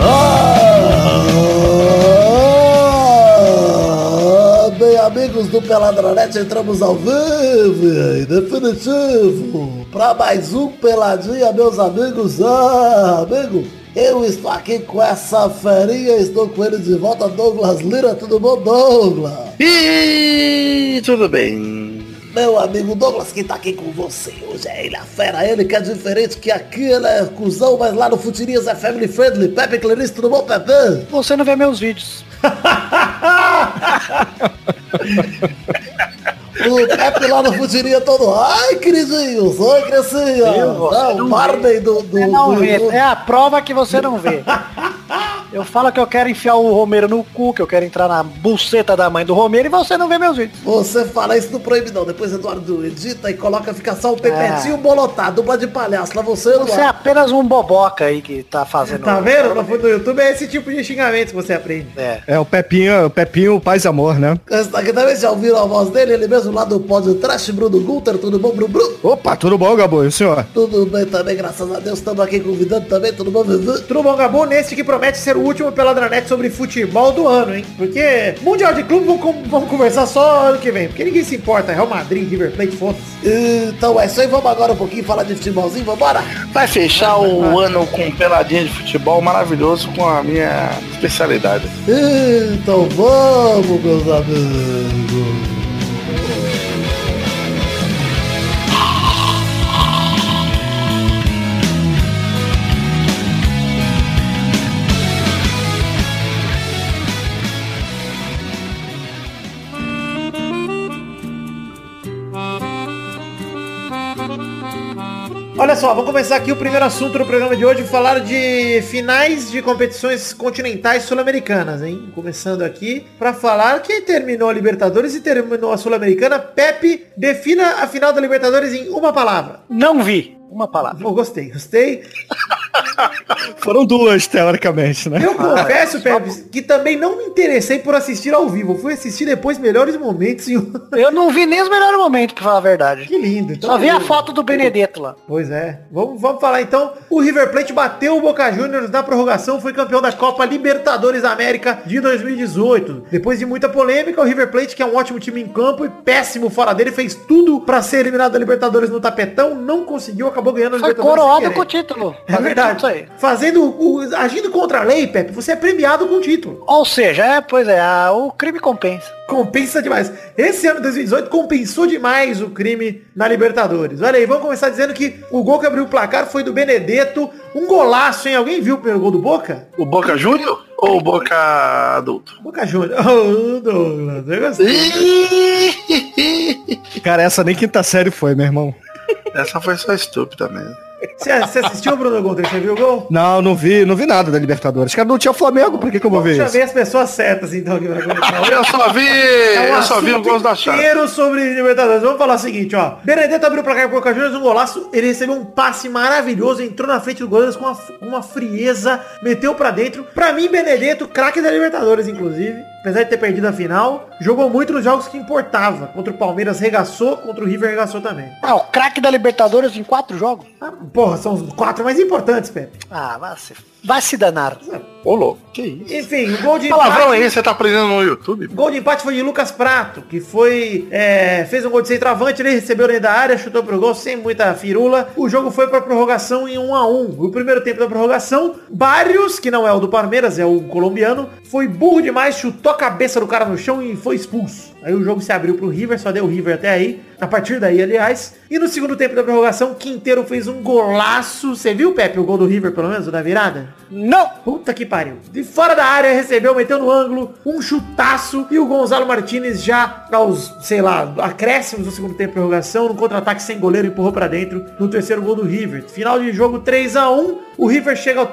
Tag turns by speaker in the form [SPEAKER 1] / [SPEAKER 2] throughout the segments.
[SPEAKER 1] Ah! amigos do Peladronete, entramos ao vivo e definitivo para mais um Peladinha, meus amigos. Ah, amigo, eu estou aqui com essa ferinha, estou com ele de volta, Douglas Lira, tudo bom, Douglas?
[SPEAKER 2] E tudo bem.
[SPEAKER 1] Meu amigo Douglas que tá aqui com você. Hoje é ele, a fera, ele que é diferente, que aqui ele é cuzão, mas lá no Futirinhas é family friendly. Pepe Clarice, tudo bom, Pepe?
[SPEAKER 2] Você não vê meus vídeos.
[SPEAKER 1] O Pepe lá no Futirinha todo, ai, queridinho, sou criancinha. Não, o Barney do... do,
[SPEAKER 2] Você não
[SPEAKER 1] do-
[SPEAKER 2] vê.
[SPEAKER 1] do-
[SPEAKER 2] É a prova que você não vê. Eu falo que eu quero enfiar o Romero no cu, que eu quero entrar na buceta da mãe do Romero e você não vê meus vídeos.
[SPEAKER 1] Você fala isso não proíbe não, depois Eduardo edita e coloca, fica só o Pepetinho
[SPEAKER 2] Ah.
[SPEAKER 1] bolotado, dupla de palhaço, lá você
[SPEAKER 2] Você é
[SPEAKER 1] Eduardo.
[SPEAKER 2] apenas um boboca aí que tá fazendo.
[SPEAKER 3] Tá vendo? No fundo do YouTube é esse tipo de xingamento que você aprende.
[SPEAKER 2] É.
[SPEAKER 4] É, o Pepinho, o Pepinho, paz e amor, né?
[SPEAKER 1] Esse daqui também já ouviram a voz dele, ele mesmo lá do pódio Trash, Bruno Gunter, tudo bom, Bruno? Bruno?
[SPEAKER 4] Opa, tudo bom, Gabo? E o senhor?
[SPEAKER 1] Tudo bem também, graças a Deus, estamos aqui convidando também, tudo bom, Vivi?
[SPEAKER 3] Tudo bom, Gabu? Neste que promete ser o último Peladranete sobre futebol do ano, hein? Porque Mundial de Clube vamos, com- vamos conversar só ano que vem. Porque ninguém se importa. Real Madrid, River Plate, foda-se.
[SPEAKER 1] Então é só e vamos agora um pouquinho falar de futebolzinho, vambora?
[SPEAKER 5] Vai fechar o
[SPEAKER 4] Ah.
[SPEAKER 5] ano com um peladinha de futebol maravilhoso com a minha especialidade.
[SPEAKER 1] Então vamos, meus amigos.
[SPEAKER 3] Olha só, vamos começar aqui o primeiro assunto do programa de hoje. Falar de finais de competições continentais sul-americanas, hein? Começando aqui pra falar que terminou a Libertadores e terminou a Sul-Americana. Pepe, defina a final da Libertadores em uma palavra.
[SPEAKER 2] Não vi. Uma palavra.
[SPEAKER 3] Pô, gostei, gostei.
[SPEAKER 4] Foram duas, teoricamente, né?
[SPEAKER 3] Eu confesso, Pepe, que também não me interessei por assistir ao vivo. Fui assistir depois melhores momentos e o-
[SPEAKER 2] Eu não vi nem os melhores momentos, pra falar a verdade.
[SPEAKER 3] Que lindo. Então,
[SPEAKER 2] Só vi a foto do Benedetto lá.
[SPEAKER 3] Pois é. Vamos, vamos falar então. O River Plate bateu o Boca Juniors na prorrogação, foi campeão da Copa Libertadores da América de 2018. Depois de muita polêmica, o River Plate, que é um ótimo time em campo e péssimo fora dele, fez tudo pra ser eliminado da Libertadores no tapetão, não conseguiu, acabou ganhando a
[SPEAKER 2] Foi
[SPEAKER 3] Libertadores. sem
[SPEAKER 2] coroado
[SPEAKER 3] querer.
[SPEAKER 2] com o título.
[SPEAKER 3] É verdade.
[SPEAKER 2] Isso aí.
[SPEAKER 3] Fazendo, o- agindo contra a lei, Pepe, você é premiado com o título.
[SPEAKER 2] Ou seja, é, pois é, a- o crime compensa.
[SPEAKER 3] Compensa demais. Esse ano 2018 compensou demais o crime na Libertadores. Olha aí, vamos começar dizendo que o gol que abriu o placar foi do Benedetto. Um golaço, hein? Alguém viu o primeiro gol do Boca?
[SPEAKER 5] O Boca Júnior ou o Boca Adulto?
[SPEAKER 3] Boca Júnior. Ô, Douglas, eu gostei.
[SPEAKER 5] Ih,
[SPEAKER 4] Cara, essa nem quinta série foi, meu irmão.
[SPEAKER 5] Essa foi só estúpida mesmo.
[SPEAKER 3] Você você assistiu, Bruno Gontrich? Você viu o gol?
[SPEAKER 4] Não, não vi, não vi nada da Libertadores. Cara, não tinha Flamengo, por que, que eu vou ver
[SPEAKER 3] Chamei
[SPEAKER 4] isso?
[SPEAKER 3] as pessoas certas, então, que vai começar.
[SPEAKER 5] Eu só vi,
[SPEAKER 3] É um
[SPEAKER 5] eu só vi o
[SPEAKER 3] assunto
[SPEAKER 5] gols da chave.
[SPEAKER 3] inteiro sobre Libertadores. Vamos falar o seguinte, ó. Benedetto abriu pra cá com o Boca Juniors, um golaço. Ele recebeu um passe maravilhoso, entrou na frente do goleiro com uma, com uma frieza, meteu pra dentro. Pra mim, Benedetto, craque da Libertadores, inclusive. Apesar de ter perdido a final, jogou muito nos jogos que importava. Contra o Palmeiras regaçou, contra o River regaçou também.
[SPEAKER 2] Ah, o craque da Libertadores em quatro jogos?
[SPEAKER 3] Ah, porra, são os quatro mais importantes, Pepe.
[SPEAKER 2] Ah, vai se, vai se danar.
[SPEAKER 5] Ô louco, que isso?
[SPEAKER 3] Enfim, o gol de
[SPEAKER 5] Que palavrão
[SPEAKER 3] empate-
[SPEAKER 5] é esse? Você tá aprendendo no YouTube?
[SPEAKER 3] Gol de empate foi de Lucas Prato, que foi é, fez um gol de centroavante, ele recebeu dentro da área, chutou pro gol sem muita firula. O jogo foi pra prorrogação em 1 a 1. O primeiro tempo da prorrogação, Barrios, que não é o do Palmeiras, é o colombiano, foi burro demais, chutou a cabeça do cara no chão e foi expulso. Aí o jogo se abriu pro River, só deu o River até aí. A partir daí, aliás, e no segundo tempo da prorrogação, Quinteiro fez um golaço. Você viu, Pepe, o gol do River pelo menos na virada?
[SPEAKER 2] Não!
[SPEAKER 3] Puta que pariu. De fora da área, recebeu, meteu no ângulo, um chutaço. E o Gonzalo Martinez já aos, sei lá, acréscimos do segundo tempo de prorrogação, no contra-ataque sem goleiro, empurrou pra dentro no terceiro gol do River. Final de jogo 3 a 1 O River chega ao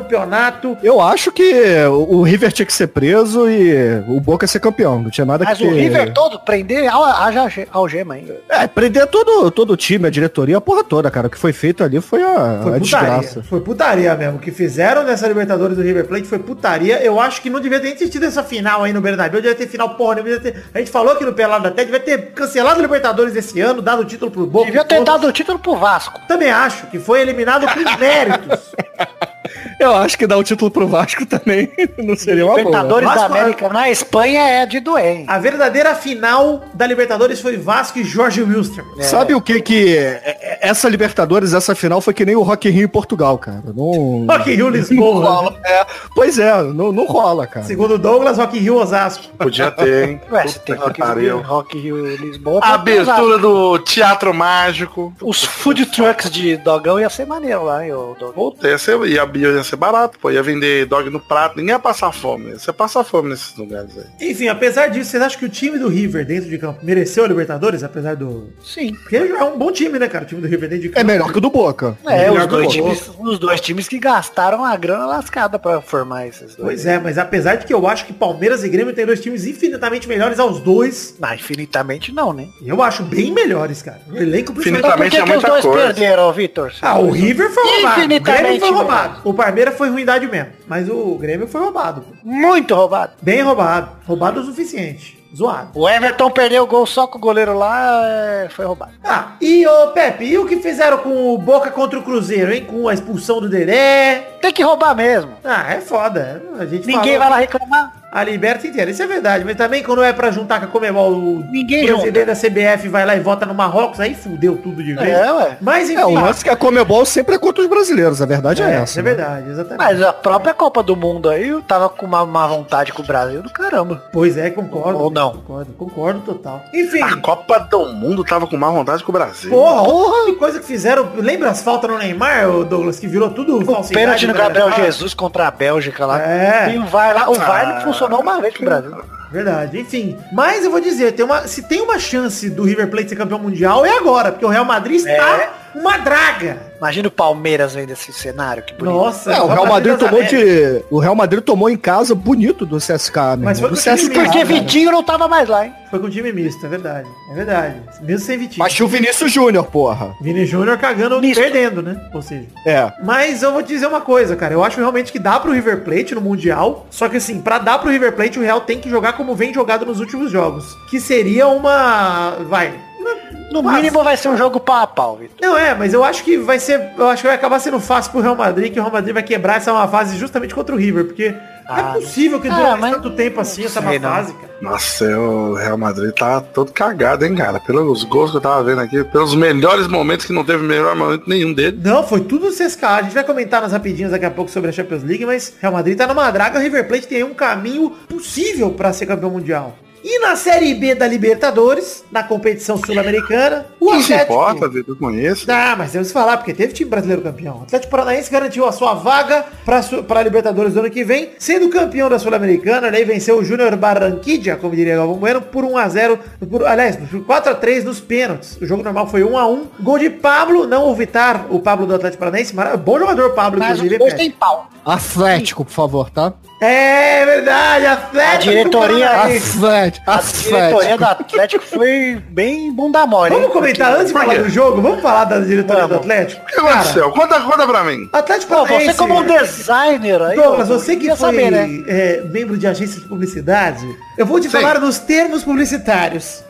[SPEAKER 3] tetracampeonato.
[SPEAKER 4] Eu acho que o o River tinha que ser preso e o Boca ser campeão. Não tinha nada
[SPEAKER 2] Mas
[SPEAKER 4] que
[SPEAKER 2] o River todo prender a- haja alge- algema ainda.
[SPEAKER 4] É, prender todo, todo o time, a diretoria, a porra toda, cara. O que foi feito ali foi a,
[SPEAKER 3] Foi
[SPEAKER 4] a
[SPEAKER 3] putaria.
[SPEAKER 4] desgraça.
[SPEAKER 3] Foi putaria mesmo. O que fizeram nessa Libertadores do River Plate foi putaria. Eu acho que não devia ter nem tido essa final aí no Bernabéu. Devia ter final porra. Devia ter... A gente falou aqui no Pelado até. Devia ter cancelado a Libertadores esse ano, dado o título pro Boca.
[SPEAKER 2] Devia ter
[SPEAKER 3] Foda-se.
[SPEAKER 2] dado o título pro Vasco.
[SPEAKER 3] Também acho que foi eliminado com méritos.
[SPEAKER 4] Eu acho que dar o título pro Vasco também não seria uma boa.
[SPEAKER 2] Libertadores da
[SPEAKER 5] é-
[SPEAKER 3] Vasco-
[SPEAKER 2] América na Espanha é de doer.
[SPEAKER 3] A verdadeira final da Libertadores foi Vasco e Jorge Wilstermann.
[SPEAKER 4] Sabe o que que... é- é- Essa Libertadores, essa final foi que nem o Rock in Rio em Portugal, cara. Não...
[SPEAKER 3] Rock in Rio
[SPEAKER 4] Não
[SPEAKER 3] Lisboa.
[SPEAKER 4] rola. É, pois é, não, não rola, cara.
[SPEAKER 3] Segundo Douglas, Rock in Rio Osasco.
[SPEAKER 5] Podia ter, hein?
[SPEAKER 2] Ué, você tem
[SPEAKER 5] Puta
[SPEAKER 2] Rock
[SPEAKER 5] que
[SPEAKER 2] in Rio,
[SPEAKER 5] pariu.
[SPEAKER 2] Rock in Rio Lisboa.
[SPEAKER 5] A
[SPEAKER 2] pode usar.
[SPEAKER 5] abertura do Teatro Mágico.
[SPEAKER 2] Os food trucks de Dogão ia ser maneiro lá, hein, ô Dogão?
[SPEAKER 5] Puta, ia ser, ia, ia ser barato, pô. Ia vender dog no prato. Ninguém ia passar fome. Você passa fome nesses lugares aí.
[SPEAKER 3] Enfim, apesar disso, vocês acham que o time do River dentro de campo mereceu a Libertadores? Apesar do...
[SPEAKER 2] Sim.
[SPEAKER 3] Porque é um bom time, né, cara? O time do River dentro de
[SPEAKER 4] É
[SPEAKER 3] campo.
[SPEAKER 4] melhor que o do Boca.
[SPEAKER 2] É,
[SPEAKER 4] Melhor
[SPEAKER 2] os
[SPEAKER 4] que
[SPEAKER 2] dois,
[SPEAKER 4] o do Boca.
[SPEAKER 2] times, os dois times que gastaram a grana lascada pra formar esses dois.
[SPEAKER 3] Pois é, mas apesar de que eu acho que Palmeiras e Grêmio têm dois times infinitamente melhores aos
[SPEAKER 5] é.
[SPEAKER 3] dois,
[SPEAKER 2] Não, infinitamente não, né? Então,
[SPEAKER 3] eu acho bem melhores, cara. O elenco
[SPEAKER 5] Infinitamente
[SPEAKER 3] principalmente.
[SPEAKER 5] é
[SPEAKER 2] os
[SPEAKER 5] muita
[SPEAKER 2] dois
[SPEAKER 5] coisa.
[SPEAKER 2] perderam, Vitor?
[SPEAKER 3] Ah, o River foi roubado. O Grêmio
[SPEAKER 2] Infinitamente
[SPEAKER 3] foi roubado. O Palmeiras foi ruindade mesmo. Mas o Grêmio foi roubado. pô.
[SPEAKER 2] Muito roubado.
[SPEAKER 3] Bem roubado. Roubado o suficiente. Zoado.
[SPEAKER 2] O Everton perdeu o gol só com o goleiro lá, é, foi roubado.
[SPEAKER 3] Ah, e ô Pepe, e o que fizeram com o Boca contra o Cruzeiro, hein? Com a expulsão do Deré.
[SPEAKER 2] Tem que roubar mesmo.
[SPEAKER 3] Ah, é foda. A gente
[SPEAKER 2] Ninguém vai
[SPEAKER 3] falou
[SPEAKER 2] lá reclamar.
[SPEAKER 3] a liberta inteira. Isso é verdade. Mas também quando é pra juntar com a Comebol, o
[SPEAKER 2] Ninguém
[SPEAKER 3] presidente da CBF vai lá e vota no Marrocos, aí fudeu tudo de vez.
[SPEAKER 2] É, ué.
[SPEAKER 3] Mas enfim.
[SPEAKER 4] É, o lance que a Comebol sempre é contra os brasileiros, a verdade é,
[SPEAKER 3] É,
[SPEAKER 4] essa.
[SPEAKER 3] isso é
[SPEAKER 4] né?
[SPEAKER 3] verdade, exatamente.
[SPEAKER 2] Mas a própria Copa do Mundo aí eu tava com uma má vontade com o Brasil do caramba.
[SPEAKER 3] Pois é, concordo.
[SPEAKER 2] Ou não. Ah,
[SPEAKER 3] Concordo, concordo total. Enfim.
[SPEAKER 5] A Copa do Mundo tava com má vontade com o Brasil.
[SPEAKER 3] Porra, porra, que coisa que fizeram. Lembra as faltas no Neymar, ô Douglas, que virou tudo falsidade?
[SPEAKER 2] Pênalti no
[SPEAKER 3] né?
[SPEAKER 2] Gabriel
[SPEAKER 3] Ah,
[SPEAKER 2] Jesus contra a Bélgica lá.
[SPEAKER 3] É. Ah,
[SPEAKER 2] E o VAR lá, o VAR não funcionou uma vez pro Brasil.
[SPEAKER 3] Verdade, enfim. Mas eu vou dizer, tem uma, se tem uma chance do River Plate ser campeão mundial, é agora, porque o Real Madrid
[SPEAKER 2] É.
[SPEAKER 3] está uma draga.
[SPEAKER 2] Imagina o Palmeiras vendo esse cenário, que bonito.
[SPEAKER 3] Nossa,
[SPEAKER 4] É, o Real Madrid
[SPEAKER 3] das
[SPEAKER 4] tomou
[SPEAKER 3] Américas.
[SPEAKER 4] de. O Real Madrid tomou em casa bonito do CSK, meu
[SPEAKER 3] Mas
[SPEAKER 4] irmão.
[SPEAKER 3] foi
[SPEAKER 4] do
[SPEAKER 3] com aquele
[SPEAKER 4] CSK.
[SPEAKER 2] Porque
[SPEAKER 3] cara.
[SPEAKER 2] Vitinho não tava mais lá, hein?
[SPEAKER 3] Foi com time misto, é verdade. É verdade. Mesmo sem Vitinho.
[SPEAKER 4] Mas tinha o Vinícius Júnior, porra.
[SPEAKER 3] Vini Júnior cagando,
[SPEAKER 2] Misto.
[SPEAKER 3] perdendo, né? Ou seja...
[SPEAKER 4] É.
[SPEAKER 3] Mas eu vou te dizer uma coisa, cara. Eu acho realmente que dá pro River Plate no Mundial. Só que assim, pra dar pro River Plate, o Real tem que jogar como vem jogado nos últimos jogos. Que seria uma. Vai.
[SPEAKER 2] No
[SPEAKER 3] Mas-
[SPEAKER 2] mínimo vai ser um jogo pau a pau, Vitor.
[SPEAKER 3] Não, é, mas eu acho que vai ser. Eu acho que vai acabar sendo fácil pro Real Madrid, que o Real Madrid vai quebrar essa má fase justamente contra o River, porque não
[SPEAKER 2] Ah,
[SPEAKER 3] é possível que
[SPEAKER 2] ah,
[SPEAKER 3] dure
[SPEAKER 2] mas
[SPEAKER 3] tanto tempo assim essa má
[SPEAKER 2] sei não.
[SPEAKER 3] fase, cara.
[SPEAKER 5] Nossa, eu- o Real Madrid tá todo cagado, hein, cara? Pelos gols que eu tava vendo aqui, pelos melhores momentos que não teve melhor momento nenhum dele.
[SPEAKER 3] Não, foi tudo CSK. A gente vai comentar nas rapidinhas daqui a pouco sobre a Champions League, mas Real Madrid tá numa draga, o River Plate tem aí um caminho possível pra ser campeão mundial. E na Série B da Libertadores, na competição sul-americana, o
[SPEAKER 5] Não se
[SPEAKER 3] Atlético...
[SPEAKER 5] importa, Vitor, eu conheço.
[SPEAKER 3] Ah, mas temos que falar, porque teve time brasileiro campeão. O Atlético Paranaense garantiu a sua vaga pra, su- pra Libertadores do ano que vem, sendo campeão da Sul-Americana, né? E venceu o Júnior Barranquilla, como diria Galvão Bueno, por 1x0, por, aliás, por 4x3 nos pênaltis. O jogo normal foi 1x1. Gol de Pablo, não o Vitar, o Pablo do Atlético Paranaense. Mara- Bom jogador, Pablo,
[SPEAKER 2] Mas
[SPEAKER 3] inclusive.
[SPEAKER 2] os
[SPEAKER 3] hein,
[SPEAKER 2] dois
[SPEAKER 3] Pepe?
[SPEAKER 2] têm pau.
[SPEAKER 4] Atlético, por favor, tá?
[SPEAKER 3] É verdade, Atlético
[SPEAKER 2] A diretoria-
[SPEAKER 3] Paranaense.
[SPEAKER 4] Atlético.
[SPEAKER 2] A diretoria do
[SPEAKER 4] Atlético.
[SPEAKER 2] Atlético foi bem bunda mole,
[SPEAKER 3] Vamos
[SPEAKER 2] hein?
[SPEAKER 3] comentar antes de
[SPEAKER 5] Por
[SPEAKER 3] falar
[SPEAKER 5] quê?
[SPEAKER 3] do jogo? Vamos falar da diretoria do
[SPEAKER 2] Vamos.
[SPEAKER 3] Atlético?
[SPEAKER 5] O que aconteceu? Conta, conta pra mim.
[SPEAKER 3] Atlético
[SPEAKER 2] Pô,
[SPEAKER 3] Paranaense.
[SPEAKER 2] você como um designer aí...
[SPEAKER 3] Douglas,
[SPEAKER 2] eu
[SPEAKER 3] você que
[SPEAKER 2] queria
[SPEAKER 3] foi
[SPEAKER 2] saber, né?
[SPEAKER 3] é, membro de agência de publicidade, eu vou te
[SPEAKER 5] Sim.
[SPEAKER 3] falar nos termos publicitários.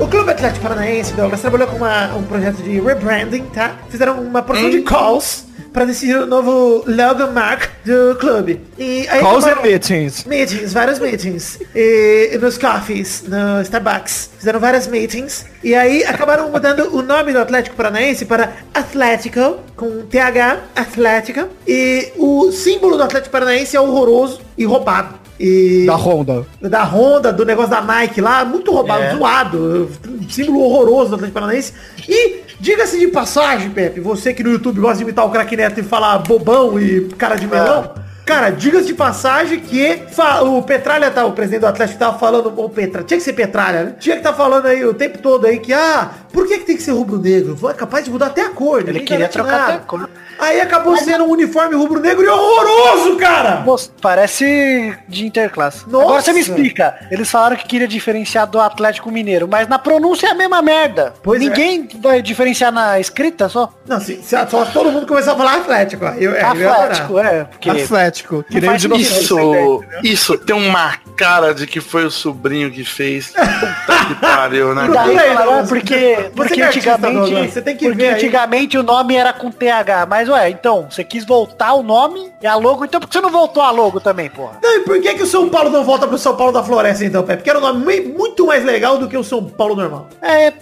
[SPEAKER 3] O Clube Atlético Paranaense, Douglas, trabalhou com uma- um projeto de rebranding, tá? Fizeram uma porção de calls pra decidir o novo logomark do clube. E aí
[SPEAKER 4] Calls
[SPEAKER 2] é
[SPEAKER 3] tomaram-
[SPEAKER 4] and meetings.
[SPEAKER 3] Meetings, vários meetings. E, e nos coffees, no Starbucks. Fizeram várias meetings. E aí acabaram mudando o nome do Atlético Paranaense para Atlético, com TH, Atlética. E o símbolo do Atlético Paranaense é horroroso e roubado. E
[SPEAKER 4] Da Honda.
[SPEAKER 3] da Honda, do negócio da Nike lá, muito roubado,
[SPEAKER 2] É.
[SPEAKER 3] zoado, símbolo horroroso do Atlético Paranaense. E diga-se de passagem, Pepe, você que no YouTube gosta de imitar o craque Neto e falar bobão e cara
[SPEAKER 2] É.
[SPEAKER 3] de melão. Cara, diga-se de passagem que fa- o Petralha tá, o presidente do Atlético tava falando, o Petra, tinha que ser Petralha, né? Tinha que tá falando aí o tempo todo aí que, ah, por que, que tem que ser rubro-negro? É capaz de mudar até a cor, ninguém
[SPEAKER 2] queria
[SPEAKER 3] garante
[SPEAKER 2] trocar
[SPEAKER 3] nada.
[SPEAKER 2] até a cor.
[SPEAKER 3] Aí acabou sendo um uniforme rubro-negro e horroroso, cara!
[SPEAKER 2] Moço, Parece de interclasse.
[SPEAKER 3] Nossa!
[SPEAKER 2] Agora você me explica. Eles falaram que queria diferenciar do Atlético Mineiro, mas na pronúncia é a mesma merda.
[SPEAKER 3] Pois é.
[SPEAKER 2] Ninguém vai diferenciar na escrita só.
[SPEAKER 3] Não, se, se a- só todo mundo começar a falar Atlético, ó. Eu, é, eu ia adorar.
[SPEAKER 2] Atlético, é. Porque
[SPEAKER 4] Atlético.
[SPEAKER 2] Não
[SPEAKER 4] Que nem o
[SPEAKER 2] faz
[SPEAKER 4] dinossauro.
[SPEAKER 5] Isso, isso tem um cara de que foi o sobrinho que fez. Puta que pariu, né?
[SPEAKER 2] E daí
[SPEAKER 3] Procura aí,
[SPEAKER 2] falaram,
[SPEAKER 3] Douglas.
[SPEAKER 2] porque,
[SPEAKER 3] Você
[SPEAKER 2] porque
[SPEAKER 3] que é artista, Douglas,
[SPEAKER 2] antigamente,
[SPEAKER 3] você tem que
[SPEAKER 2] porque
[SPEAKER 3] ver aí.
[SPEAKER 2] antigamente o nome era com TH, mas ué, então, você quis voltar o nome e a logo, então por que você não voltou a logo também, porra?
[SPEAKER 3] Não, e por que, que o São Paulo não volta pro São Paulo da Floresta, então, Pepe? Porque era um nome mui- muito mais legal do que o São Paulo normal.
[SPEAKER 2] É, é,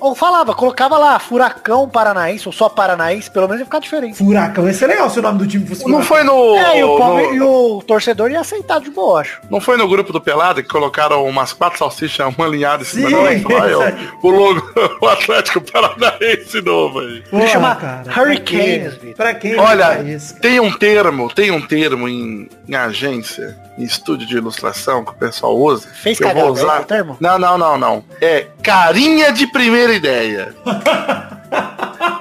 [SPEAKER 2] ou falava, colocava lá, Furacão Paranaense, ou só Paranaense, pelo menos ia ficar diferente.
[SPEAKER 3] Furacão, ia ser legal se o nome do time fosse
[SPEAKER 5] Não
[SPEAKER 3] Furacão.
[SPEAKER 5] foi no.
[SPEAKER 2] é, e o, pobre-
[SPEAKER 5] no-
[SPEAKER 2] e o torcedor ia aceitar de boa, acho.
[SPEAKER 5] Não foi no grupo do Pelado que colocaram umas quatro salsichas, uma alinhada em cima
[SPEAKER 3] Sim,
[SPEAKER 5] da outra? Olha,
[SPEAKER 3] isso
[SPEAKER 2] é
[SPEAKER 5] ó,
[SPEAKER 3] aí.
[SPEAKER 5] o logo, o Atlético Paranaense novo aí.
[SPEAKER 3] Porra,
[SPEAKER 2] Ele chama Hurricanes,
[SPEAKER 3] pra quem-
[SPEAKER 2] Vitor.
[SPEAKER 3] Pra quem
[SPEAKER 5] Olha,
[SPEAKER 3] é isso, cara?
[SPEAKER 5] tem um termo, tem um termo em, em agência, em estúdio de ilustração que o pessoal usa.
[SPEAKER 2] Fez
[SPEAKER 5] que eu
[SPEAKER 2] cagada,
[SPEAKER 5] vou
[SPEAKER 2] é
[SPEAKER 5] usar.
[SPEAKER 2] esse o termo?
[SPEAKER 5] Não, não, não, não. É carinha de primeira ideia.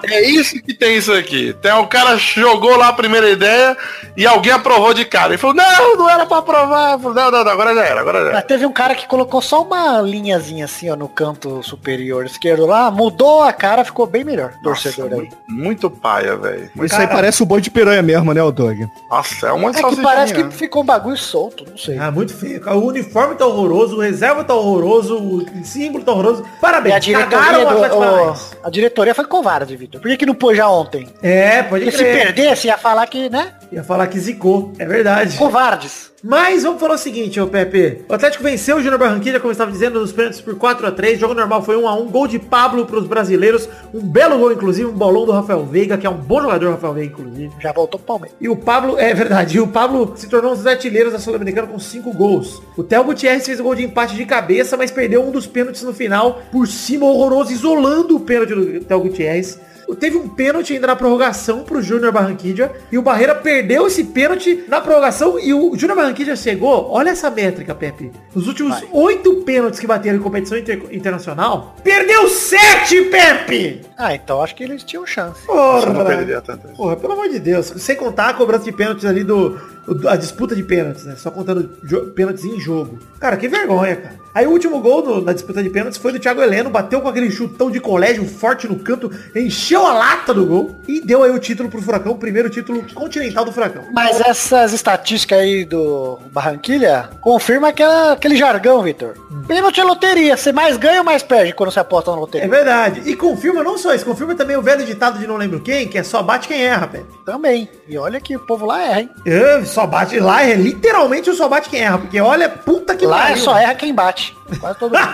[SPEAKER 5] É isso que tem isso aqui. Tem o cara jogou lá a primeira ideia e alguém aprovou de cara. Ele falou: "Não, não era pra aprovar". Eu falei, Não, não, não, agora já era, agora já era.
[SPEAKER 2] Mas teve um cara que colocou só uma linhazinha assim, ó, no canto superior esquerdo lá, mudou a cara, ficou bem melhor. torcedor aí.
[SPEAKER 5] muito, muito paia, velho.
[SPEAKER 4] Isso aí parece o boi de piranha mesmo, né, o Doug?
[SPEAKER 5] Nossa, é uma
[SPEAKER 2] É que parece que
[SPEAKER 5] né?
[SPEAKER 2] ficou um bagulho solto, não sei.
[SPEAKER 3] Ah, muito feio. cara. O uniforme tá horroroso, o reserva tá horroroso, o símbolo tá horroroso.
[SPEAKER 2] E
[SPEAKER 3] Parabéns,
[SPEAKER 2] a diretoria,
[SPEAKER 3] cagaram o Atlético
[SPEAKER 2] do,
[SPEAKER 3] Paranaense.
[SPEAKER 2] o- a diretoria foi covarde, Vitor. Por que, que não pôs já ontem?
[SPEAKER 3] É, pode
[SPEAKER 2] Porque se
[SPEAKER 3] crer.
[SPEAKER 2] perdesse, ia falar que, né?
[SPEAKER 3] Ia falar que zicou, é verdade.
[SPEAKER 2] Covardes.
[SPEAKER 3] Mas vamos falar o seguinte, ô Pepe. O Atlético venceu o Júnior Barranquilla, como eu estava dizendo, nos pênaltis por 4x3. Jogo normal foi 1x1. Gol de Pablo pros brasileiros. Um belo gol, inclusive. Um bolão do Rafael Veiga, que é um bom jogador, Rafael Veiga, inclusive.
[SPEAKER 2] Já voltou pro Palmeiras.
[SPEAKER 3] E o Pablo, é verdade, e o Pablo se tornou um dos artilheiros da Sul-Americana com cinco gols. O Theo Gutierrez fez o gol de empate de cabeça, mas perdeu um dos pênaltis no final, por cima horroroso, isolando o pênalti do Theo Gutierrez. Teve um pênalti ainda na prorrogação pro Júnior Barranquilla e o Barreira perdeu esse pênalti na prorrogação e o Júnior Barranquilla chegou, olha essa métrica, Pepe. Nos últimos oito pênaltis que bateram em competição inter- internacional, perdeu sete, Pepe!
[SPEAKER 2] Ah, então acho que eles tinham chance.
[SPEAKER 5] não
[SPEAKER 3] Porra!
[SPEAKER 5] perderia tanto.
[SPEAKER 3] Porra, pelo amor de Deus. Sem contar a cobrança de pênaltis ali do. do- A disputa de pênaltis, né? Só contando jo- pênaltis em jogo. Cara, que vergonha, cara. Aí o último gol no- na disputa de pênaltis foi do Thiago Heleno. Bateu com aquele chutão de colégio forte no canto. Encheu a lata do gol. E deu aí o título pro Furacão. O primeiro título continental do Furacão.
[SPEAKER 2] Mas essas estatísticas aí do Barranquilha confirma aquela, aquele jargão, Vitor. Pênalti é loteria. Você mais ganha ou mais perde quando você aposta na
[SPEAKER 3] É
[SPEAKER 2] loteria?
[SPEAKER 3] verdade. E confirma não só isso, confirma também o velho ditado de não lembro quem, que é só bate quem erra, velho.
[SPEAKER 2] Também. E olha que o povo lá erra, hein?
[SPEAKER 3] É, Só bate lá, é literalmente o só bate quem erra, porque olha, puta que
[SPEAKER 2] lá é
[SPEAKER 3] pariu. né?
[SPEAKER 2] só erra quem bate. Quase todo mundo.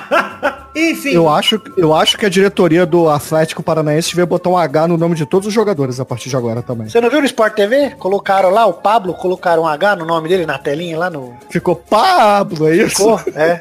[SPEAKER 3] Enfim,
[SPEAKER 4] Eu acho, eu acho que a diretoria do Atlético Paranaense devia botar um H no nome de todos os jogadores a partir de agora também.
[SPEAKER 2] Você não viu no Sport TV? Colocaram lá o Pablo, colocaram um H no nome dele na telinha lá no.
[SPEAKER 4] Ficou Pablo, é isso?
[SPEAKER 2] Ficou? É.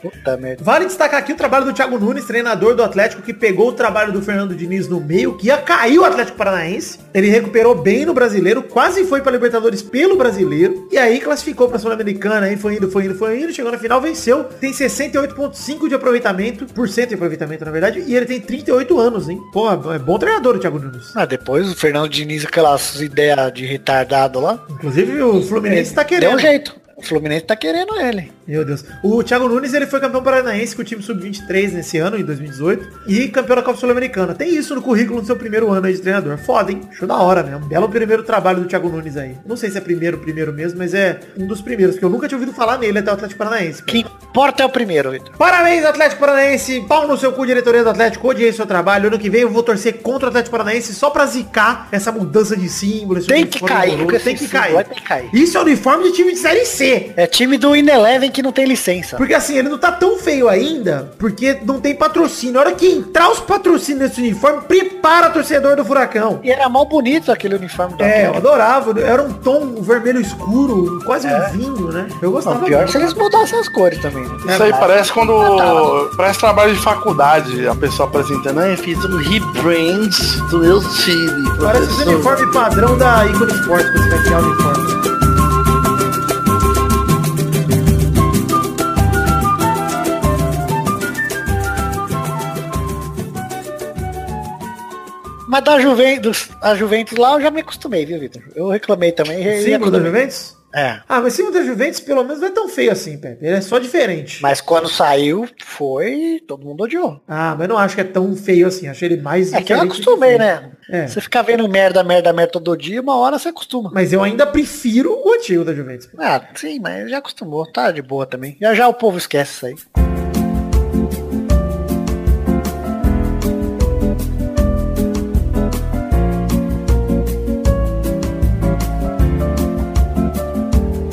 [SPEAKER 2] Puta merda.
[SPEAKER 3] Vale destacar aqui o trabalho do Thiago Nunes, treinador do Atlético, que pegou o trabalho do Fernando Diniz no meio, que ia cair o Atlético Paranaense. Ele recuperou bem no brasileiro, quase foi para Libertadores pelo brasileiro, e aí classificou para Sul-Americana, aí foi indo, foi indo, foi indo, chegou na final, venceu. Tem 68,5% de aproveitamento, por cento de aproveitamento, na verdade, e ele tem 38 anos, hein? Pô, é bom treinador o Thiago Nunes.
[SPEAKER 2] Ah, depois o Fernando Diniz, aquelas ideias de retardado lá.
[SPEAKER 3] Inclusive o Fluminense está
[SPEAKER 2] Deu um
[SPEAKER 3] querendo. né?
[SPEAKER 2] jeito. O Fluminense tá querendo ele.
[SPEAKER 3] Meu Deus. O Thiago Nunes, ele foi campeão paranaense com o time sub-23 nesse ano, em 2018, e campeão da Copa Sul-Americana. Tem isso no currículo no seu primeiro ano aí de treinador. Foda, hein? Show da hora mesmo. Belo primeiro trabalho do Thiago Nunes aí. Não sei se é primeiro, primeiro mesmo, mas é um dos primeiros, porque eu nunca tinha ouvido falar nele até o Atlético Paranaense.
[SPEAKER 2] O que importa é o primeiro, Vitor.
[SPEAKER 3] Parabéns, Atlético Paranaense. Pau no seu cu, diretoria do Atlético. Odiei seu trabalho. Ano que vem eu vou torcer contra o Atlético Paranaense só pra zicar essa mudança de símbolo. esse
[SPEAKER 2] Tem que
[SPEAKER 3] uniforme
[SPEAKER 2] cair, assim
[SPEAKER 3] horroroso.
[SPEAKER 2] com esse
[SPEAKER 3] Tem que
[SPEAKER 2] símbolo,
[SPEAKER 3] cair.
[SPEAKER 2] tem que cair.
[SPEAKER 3] Isso é uniforme de time de Série C.
[SPEAKER 2] É time do Ineleven que não tem licença.
[SPEAKER 3] Porque assim, ele não tá tão feio ainda, porque não tem patrocínio. Na hora que entrar os patrocínios desse uniforme, prepara torcedor do furacão.
[SPEAKER 2] E era mal bonito aquele uniforme do
[SPEAKER 3] É, eu
[SPEAKER 2] Atlético.
[SPEAKER 3] adorava. Era um tom vermelho escuro, quase um vinho, né? Eu gostava.
[SPEAKER 2] É. Não, pior é
[SPEAKER 3] muito.
[SPEAKER 2] se eles mudassem as cores também. né?
[SPEAKER 5] Isso aí parece quando.
[SPEAKER 2] Ah,
[SPEAKER 5] Parece trabalho de faculdade, a pessoa apresentando. Ah, eu fiz um rebrand do meu time.
[SPEAKER 2] é
[SPEAKER 3] Parece o
[SPEAKER 5] professor."
[SPEAKER 3] uniforme padrão da Icone Sports, quando você vai criar o uniforme.
[SPEAKER 2] Mas da Juventus, a Juventus lá eu já me acostumei, viu, Vitor? Eu reclamei também. e- e
[SPEAKER 3] Símbolo da
[SPEAKER 2] acostumei.
[SPEAKER 3] Juventus?
[SPEAKER 2] É.
[SPEAKER 3] Ah, mas se o da Juventus, pelo menos, não é tão feio assim, Pepe. Ele é só diferente.
[SPEAKER 2] Mas quando saiu, foi. Todo mundo odiou.
[SPEAKER 3] Ah, mas não acho que é tão feio assim. Achei ele mais.
[SPEAKER 2] É que eu
[SPEAKER 3] diferente
[SPEAKER 2] acostumei,
[SPEAKER 3] do que
[SPEAKER 2] né?
[SPEAKER 3] feio. É.
[SPEAKER 2] Você fica vendo merda, merda, merda todo dia, uma hora você acostuma.
[SPEAKER 3] Mas eu ainda prefiro o antigo da Juventus.
[SPEAKER 2] Ah, sim, mas já acostumou, tá de boa também. Já já o povo esquece isso aí.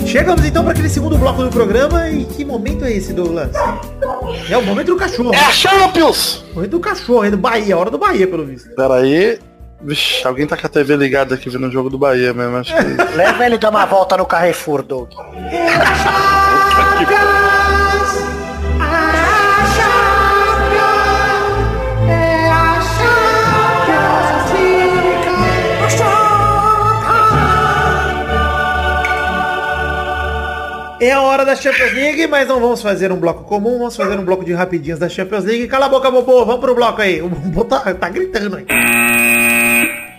[SPEAKER 3] Chegamos então para aquele segundo bloco do programa. E que momento é esse, Douglas? É o momento do cachorro.
[SPEAKER 5] É a Champions!
[SPEAKER 3] O momento do cachorro, é do Bahia. Hora do Bahia, pelo visto.
[SPEAKER 5] Pera aí. Vixe, alguém tá com a TV ligada aqui vendo o jogo do Bahia mesmo, acho que...
[SPEAKER 2] Leva ele dar uma volta no Carrefour, Doug.
[SPEAKER 3] É a hora da Champions League, mas não vamos fazer um bloco comum, vamos fazer um bloco de rapidinhas da Champions League. Cala a boca, Bobo, vamos pro bloco aí. O Bobo tá, tá gritando aí.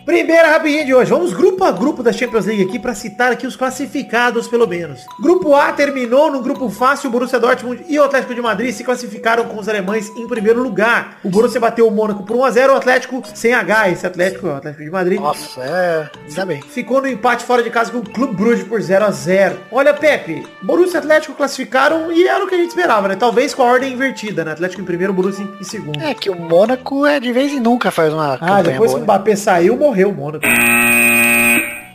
[SPEAKER 3] Primeira rapidinha de hoje. Vamos grupo a grupo da Champions League aqui para citar aqui os classificados, pelo menos. Grupo A terminou no grupo fácil. O Borussia Dortmund e o Atlético de Madrid se classificaram com os alemães em primeiro lugar. O Borussia bateu o Mônaco por 1x0. O Atlético sem H. Esse Atlético é o Atlético de Madrid.
[SPEAKER 2] Nossa, é.
[SPEAKER 3] Tá
[SPEAKER 2] Ainda bem.
[SPEAKER 3] Ficou no empate fora de casa com o Clube Bruges por 0 a 0 Olha, Pepe, Borussia e Atlético classificaram e era o que a gente esperava, né? Talvez com a ordem invertida, né? Atlético em primeiro, Borussia em segundo.
[SPEAKER 2] É que o Mônaco é de vez em nunca faz uma
[SPEAKER 3] ah, depois que o
[SPEAKER 2] boa, né?
[SPEAKER 3] Mbappé saiu, morreu o Mônaco.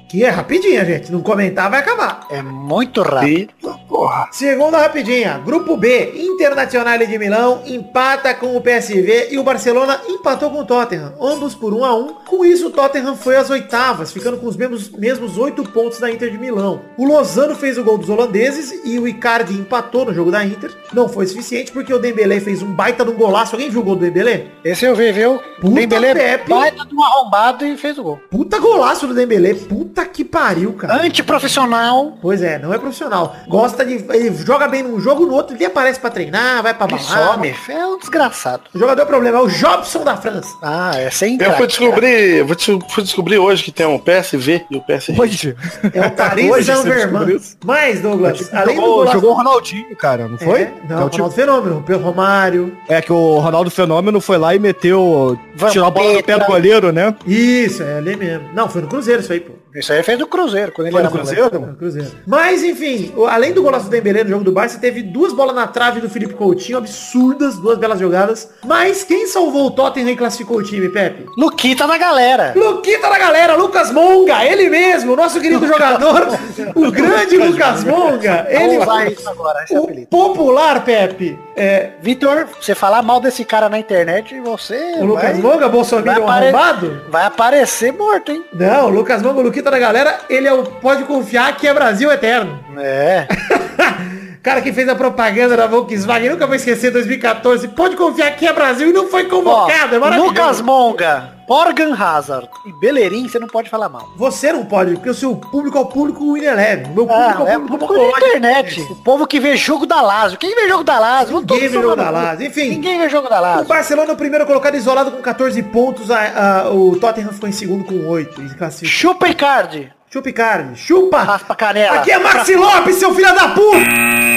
[SPEAKER 3] Que é rapidinha, gente. Não comentar, vai acabar.
[SPEAKER 2] É muito rápido.
[SPEAKER 5] Eita porra.
[SPEAKER 3] Segunda rapidinha. Grupo B, Internacional de Milão empata com o PSV e o Barcelona empatou com o Tottenham. Ambos por 1 a 1 Com isso, o Tottenham foi às oitavas, ficando com os mesmos, mesmos 8 pontos da Inter de Milão. O Lozano fez o gol dos holandeses e o Icardi empatou no jogo da Inter. Não foi suficiente porque o Dembélé fez um baita de um golaço. Alguém viu o gol do Dembélé?
[SPEAKER 2] Esse eu vi, viu?
[SPEAKER 3] Puta
[SPEAKER 2] Dembélé
[SPEAKER 3] Pepe.
[SPEAKER 2] baita de um arrombado e fez o gol.
[SPEAKER 3] Puta golaço do Dembélé. Puta que pariu, cara.
[SPEAKER 2] Antiprofissional.
[SPEAKER 3] Pois é, não é profissional. Gosta de. Ele joga bem num jogo, no outro ele aparece pra treinar, vai pra
[SPEAKER 2] Que
[SPEAKER 3] balada.
[SPEAKER 2] some. É um desgraçado.
[SPEAKER 3] O jogador problema é o Jobson da França.
[SPEAKER 2] Ah, é sem
[SPEAKER 5] Eu fui
[SPEAKER 2] craque, cara.
[SPEAKER 5] descobrir, eu vou te- fui descobrir hoje que tem um PSV e o PSV.
[SPEAKER 4] Hoje.
[SPEAKER 3] É o Paris
[SPEAKER 4] Hoje você
[SPEAKER 3] Saint-Germain.
[SPEAKER 4] descobriu
[SPEAKER 3] Mas, Douglas, além do
[SPEAKER 4] Jogou,
[SPEAKER 3] golaço...
[SPEAKER 4] jogou o Ronaldinho, cara, não
[SPEAKER 3] É,
[SPEAKER 4] foi?
[SPEAKER 3] não,
[SPEAKER 4] é, o
[SPEAKER 3] Ronaldo
[SPEAKER 4] time-
[SPEAKER 3] Fenômeno, pelo Romário.
[SPEAKER 4] é que o Ronaldo Fenômeno foi lá e meteu.
[SPEAKER 2] Vampeta.
[SPEAKER 4] Tirou a bola do pé do goleiro, né?
[SPEAKER 3] Isso, é ali mesmo. Não, foi no Cruzeiro isso aí, pô.
[SPEAKER 2] Isso aí fez o Cruzeiro, quando ele
[SPEAKER 4] Foi
[SPEAKER 2] era
[SPEAKER 4] no
[SPEAKER 2] Cruzeiro.
[SPEAKER 3] Foi
[SPEAKER 4] Cruzeiro?
[SPEAKER 3] no Cruzeiro. Mas, enfim, o- além do golaço do Dembélé no jogo do Barça, teve duas bolas na trave do Felipe Coutinho, absurdas, duas belas jogadas. Mas quem salvou o Tottenham e classificou o time, Pepe?
[SPEAKER 2] Luquita na galera.
[SPEAKER 3] Luquita da galera, Lucas Monga, ele mesmo, o nosso querido jogador, o grande Lucas Monga, ele
[SPEAKER 2] Vamos lá,
[SPEAKER 3] vai.
[SPEAKER 2] isso agora, esse é
[SPEAKER 3] O
[SPEAKER 2] apelido.
[SPEAKER 3] popular Pepe, é,
[SPEAKER 2] Vitor, você falar mal desse cara na internet, você
[SPEAKER 3] o Lucas
[SPEAKER 2] vai,
[SPEAKER 3] Monga, Bolsonaro um
[SPEAKER 2] apare-
[SPEAKER 3] arrombado?
[SPEAKER 2] vai aparecer morto, hein?
[SPEAKER 3] Não, o Lucas Monga, o Luquita da galera, ele é o pode confiar que é Brasil eterno.
[SPEAKER 2] É.
[SPEAKER 3] Cara que fez a propaganda da Volkswagen, nunca vou esquecer 2014. Pode confiar que é Brasil e não foi
[SPEAKER 2] Ó,
[SPEAKER 3] convocado. é maravilhoso.
[SPEAKER 2] Lucas Monga, Morgan Hazard e Bellerin, você não pode falar mal.
[SPEAKER 3] Você não pode, porque o seu público é o público ineleve. Meu público
[SPEAKER 2] Ah,
[SPEAKER 3] é
[SPEAKER 2] é
[SPEAKER 3] o
[SPEAKER 2] um pouco
[SPEAKER 3] público
[SPEAKER 2] da
[SPEAKER 3] ecológico.
[SPEAKER 2] internet. O povo que vê jogo da Lazio. Quem vê jogo da Lazio? Vamos
[SPEAKER 3] Ninguém
[SPEAKER 2] todos
[SPEAKER 3] vê jogo
[SPEAKER 2] tomar
[SPEAKER 3] da
[SPEAKER 2] no cu.
[SPEAKER 3] Lazio, enfim.
[SPEAKER 2] Ninguém vê jogo da
[SPEAKER 3] O
[SPEAKER 2] Lazio.
[SPEAKER 3] Barcelona é o primeiro colocado isolado com 14 pontos. a- a- o Tottenham ficou em segundo com 8. E classifica.
[SPEAKER 2] Chupa Icardi.
[SPEAKER 3] Chupa, Icardi. Chupa!
[SPEAKER 2] Raspa a canela.
[SPEAKER 3] Aqui é Maxi Lopes, seu filho da puta!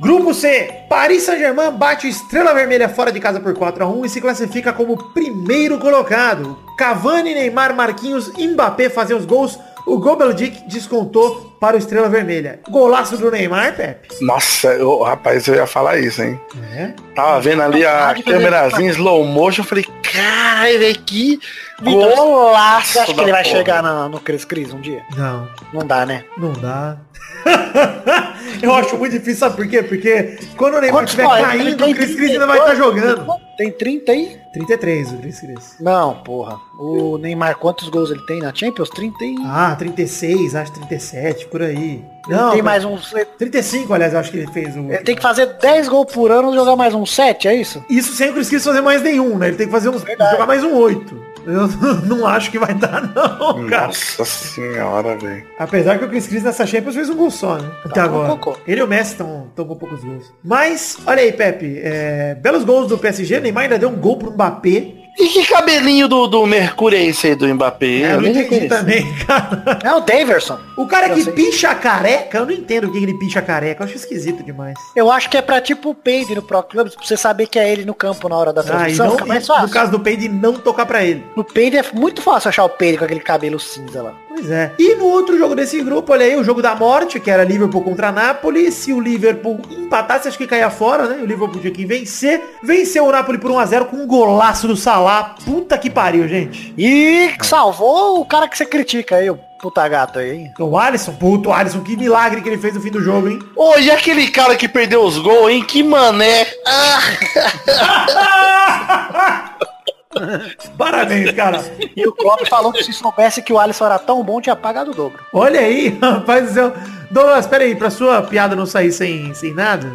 [SPEAKER 3] Grupo C. Paris Saint-Germain bate o Estrela Vermelha fora de casa por 4 a 1 e se classifica como primeiro colocado. Cavani, Neymar, Marquinhos, Mbappé fazem os gols. O Gobeldick descontou para o Estrela Vermelha. Golaço do Neymar, Pepe.
[SPEAKER 5] Nossa, eu, rapaz, eu ia falar isso, hein?
[SPEAKER 3] É.
[SPEAKER 5] Tava vendo ali a
[SPEAKER 3] né?
[SPEAKER 5] câmerazinha slow motion, eu falei, caralho, é que
[SPEAKER 2] Vitor,
[SPEAKER 5] golaço!
[SPEAKER 2] Você acha que
[SPEAKER 5] da
[SPEAKER 2] ele vai
[SPEAKER 5] porra."
[SPEAKER 2] chegar na- no Cris Cris um dia?
[SPEAKER 3] Não,
[SPEAKER 2] Não dá, né?
[SPEAKER 3] não dá. Eu acho muito difícil, sabe por quê? Porque quando o Neymar estiver
[SPEAKER 2] pô, ele
[SPEAKER 3] caindo,
[SPEAKER 2] tem
[SPEAKER 3] o Cris Cris
[SPEAKER 2] 32,
[SPEAKER 3] ainda vai estar jogando.
[SPEAKER 2] né? Tem 30 e...
[SPEAKER 3] 33, o Cris Cris.
[SPEAKER 2] Não, porra. O Neymar, quantos gols ele tem na Champions? 30 e...
[SPEAKER 3] Ah, 36, acho 37, por aí. Ah, Não,
[SPEAKER 2] tem
[SPEAKER 3] mas-
[SPEAKER 2] mais uns...
[SPEAKER 3] 35, aliás, eu acho que ele fez o.
[SPEAKER 2] Ele tem que fazer 10 gols por ano e jogar mais uns 7, é isso?
[SPEAKER 3] Isso sem o Chris Christie fazer mais nenhum, né? Ele tem que fazer uns. jogar mais um 8. Eu não acho que vai dar, não, cara.
[SPEAKER 5] Nossa senhora, velho.
[SPEAKER 3] Apesar que o Chris Chris nessa Champions fez um gol só, né? Até
[SPEAKER 2] Tá,
[SPEAKER 3] agora.
[SPEAKER 2] um pouco.
[SPEAKER 3] Ele e o Messi estão com poucos gols. Mas, olha aí, Pepe. é, belos gols do PSG. Neymar ainda deu um gol pro Mbappé.
[SPEAKER 5] E que cabelinho do, do Mercúrio é esse aí do Mbappé?
[SPEAKER 3] Eu não
[SPEAKER 5] nem
[SPEAKER 3] entendi
[SPEAKER 5] reconheço.
[SPEAKER 3] também, cara.
[SPEAKER 2] É o Daverson.
[SPEAKER 3] O cara
[SPEAKER 2] Eu
[SPEAKER 3] que
[SPEAKER 2] sei.
[SPEAKER 3] pincha a careca, eu não entendo o que ele pincha a careca. Eu acho esquisito demais.
[SPEAKER 2] Eu acho que é pra tipo o Peide no Pro Clubs, pra você saber que é ele no campo na hora da
[SPEAKER 3] Ah, e
[SPEAKER 2] transmissão.
[SPEAKER 3] não,
[SPEAKER 2] fica mais
[SPEAKER 3] e,
[SPEAKER 2] fácil.
[SPEAKER 3] no caso do Peide, não tocar pra ele.
[SPEAKER 2] No Peide é muito fácil achar o Peide com aquele cabelo cinza lá.
[SPEAKER 3] Pois é. E no outro jogo desse grupo, olha aí, o jogo da morte, que era Liverpool contra Nápoles. Se o Liverpool empatasse, acho que caía fora, né? O Liverpool tinha que vencer. Venceu o Nápoles por 1x0 com um golaço do Salah. Puta que pariu, gente.
[SPEAKER 2] E
[SPEAKER 3] Ah.
[SPEAKER 2] salvou o cara que você critica aí, o puta gato aí, hein?
[SPEAKER 3] O Alisson, puto Alisson, que milagre que ele fez no fim do jogo, hein?
[SPEAKER 5] Ô, e é aquele cara que perdeu os gols, hein? Que mané. Ah,
[SPEAKER 3] Parabéns, cara.
[SPEAKER 2] E o Klopp falou que se soubesse que o Alisson era tão bom, tinha pagado o dobro.
[SPEAKER 3] Olha aí, rapaz do céu. Douglas, pera aí, pra sua piada não sair sem, sem nada.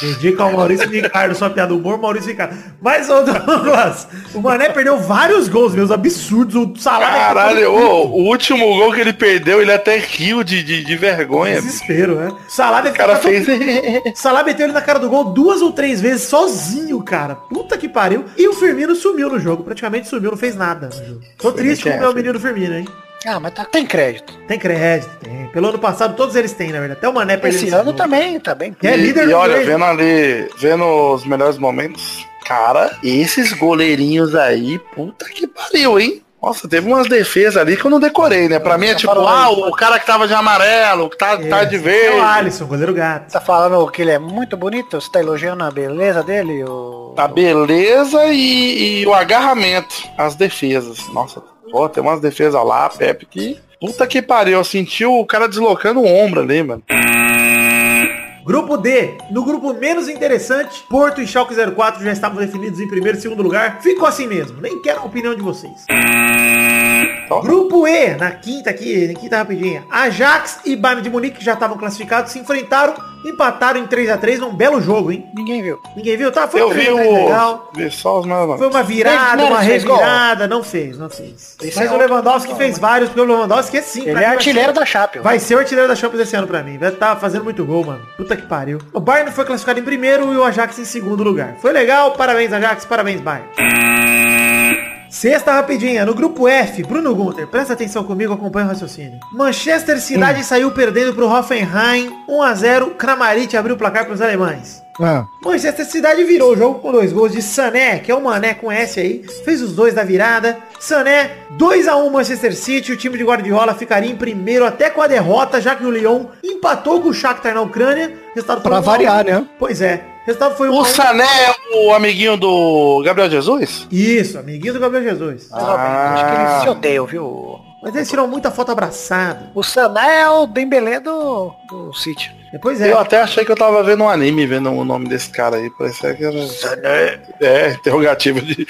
[SPEAKER 3] Dedica ao Maurício Ricardo, sua piada do humor, Maurício Ricardo. Mas, ô Douglas, o Mané perdeu vários gols, meus absurdos. O salário
[SPEAKER 5] caralho, é ô, o último gol que ele perdeu, ele até riu de, de, de vergonha. bicho.
[SPEAKER 3] Desespero, né? O Salah,
[SPEAKER 5] O cara fez...
[SPEAKER 3] Salah meteu ele na cara do gol duas ou três vezes sozinho, cara. Puta que pariu. E o Firmino sumiu no jogo. Praticamente sumiu, não fez nada no jogo. Tô triste com o meu menino Firmino, hein?
[SPEAKER 2] Ah, mas tá, tem crédito.
[SPEAKER 3] Tem crédito, tem. Pelo ano passado, todos eles têm, na verdade. Até o Mané perdeu
[SPEAKER 2] Esse
[SPEAKER 3] esse
[SPEAKER 2] ano
[SPEAKER 3] jogo.
[SPEAKER 2] também, tá bem.
[SPEAKER 3] Que é líder
[SPEAKER 5] e,
[SPEAKER 3] do
[SPEAKER 5] e olha,
[SPEAKER 3] inglês.
[SPEAKER 5] vendo ali, vendo os melhores momentos, cara, esses goleirinhos aí, puta que pariu, hein? Nossa, teve umas defesas ali que eu não decorei, né? Pra mim é tipo,
[SPEAKER 2] falou
[SPEAKER 5] ah,
[SPEAKER 2] aí.
[SPEAKER 5] o cara que tava de amarelo, que tá, tá de
[SPEAKER 3] É o
[SPEAKER 5] verde,
[SPEAKER 3] Alisson, goleiro gato.
[SPEAKER 2] Tá falando que ele é muito bonito? Você tá elogiando a beleza dele? O...
[SPEAKER 3] Tá.
[SPEAKER 5] a beleza e, e o agarramento, as defesas. Nossa, pô, tem umas defesas lá, Pepe, que puta que pariu, eu senti o cara deslocando o ombro ali, mano.
[SPEAKER 3] Grupo D. No grupo menos interessante, Porto e Schalke 04 já estavam definidos em primeiro e segundo lugar. Ficou assim mesmo. Nem quero a opinião de vocês.
[SPEAKER 5] Top.
[SPEAKER 3] Grupo E, na quinta aqui, na quinta rapidinha. Ajax e Bayern de Munique que já estavam classificados, se enfrentaram, empataram em 3 a 3 num belo jogo, hein?
[SPEAKER 2] Ninguém viu.
[SPEAKER 3] Ninguém viu? Tá, foi
[SPEAKER 5] Eu
[SPEAKER 3] um
[SPEAKER 5] vi
[SPEAKER 3] 3 a 3 legal.
[SPEAKER 5] o... Vi só os meus
[SPEAKER 3] Foi uma virada,
[SPEAKER 2] Fez,
[SPEAKER 3] uma
[SPEAKER 2] não, fez gol.
[SPEAKER 3] revirada. Não fez, não fez.
[SPEAKER 2] Esse
[SPEAKER 3] Mas
[SPEAKER 2] é
[SPEAKER 3] o
[SPEAKER 2] outro
[SPEAKER 3] Lewandowski
[SPEAKER 2] que
[SPEAKER 3] fez vários, porque o Lewandowski é sim. pra
[SPEAKER 2] Ele
[SPEAKER 3] mim
[SPEAKER 2] é
[SPEAKER 3] vai
[SPEAKER 2] artilheiro
[SPEAKER 3] ser-
[SPEAKER 2] da Chape.
[SPEAKER 3] Vai ser o artilheiro da Champions esse ano pra mim. Vai tá fazendo muito gol, mano. Puta que pariu. O Bayern foi classificado em primeiro e o Ajax em segundo lugar. Foi legal. Parabéns, Ajax. Parabéns, Bayern. Sexta rapidinha, no grupo F, Bruno Gunter, presta atenção comigo, acompanha o raciocínio. Manchester
[SPEAKER 2] Hum.
[SPEAKER 3] Cidade saiu perdendo pro Hoffenheim, 1x0, Kramaric abriu o placar pros alemães.
[SPEAKER 4] Ah,
[SPEAKER 3] Manchester Cidade virou o jogo com dois gols de Sané, que é o Mané com S aí, fez os dois da virada. Sané, 2x1 Manchester City, o time de Guardiola ficaria em primeiro até com a derrota, já que o Lyon empatou com o Shakhtar na Ucrânia. Resultado foi
[SPEAKER 4] Pra
[SPEAKER 3] um a um.
[SPEAKER 4] variar, né?
[SPEAKER 3] Pois é. Resultado foi um a um.
[SPEAKER 5] O Sané é o amiguinho do Gabriel Jesus?
[SPEAKER 3] Isso, amiguinho do Gabriel Jesus.
[SPEAKER 2] Ah. Acho que
[SPEAKER 3] Ah.
[SPEAKER 2] eles se odeiam, viu?
[SPEAKER 3] Mas eles tiram muita foto abraçada.
[SPEAKER 2] O Sané é o Dembélé do, do City.
[SPEAKER 3] Pois é.
[SPEAKER 5] Eu até achei que eu tava vendo um anime, vendo o nome desse cara aí. Parecia que era. É, interrogativo de.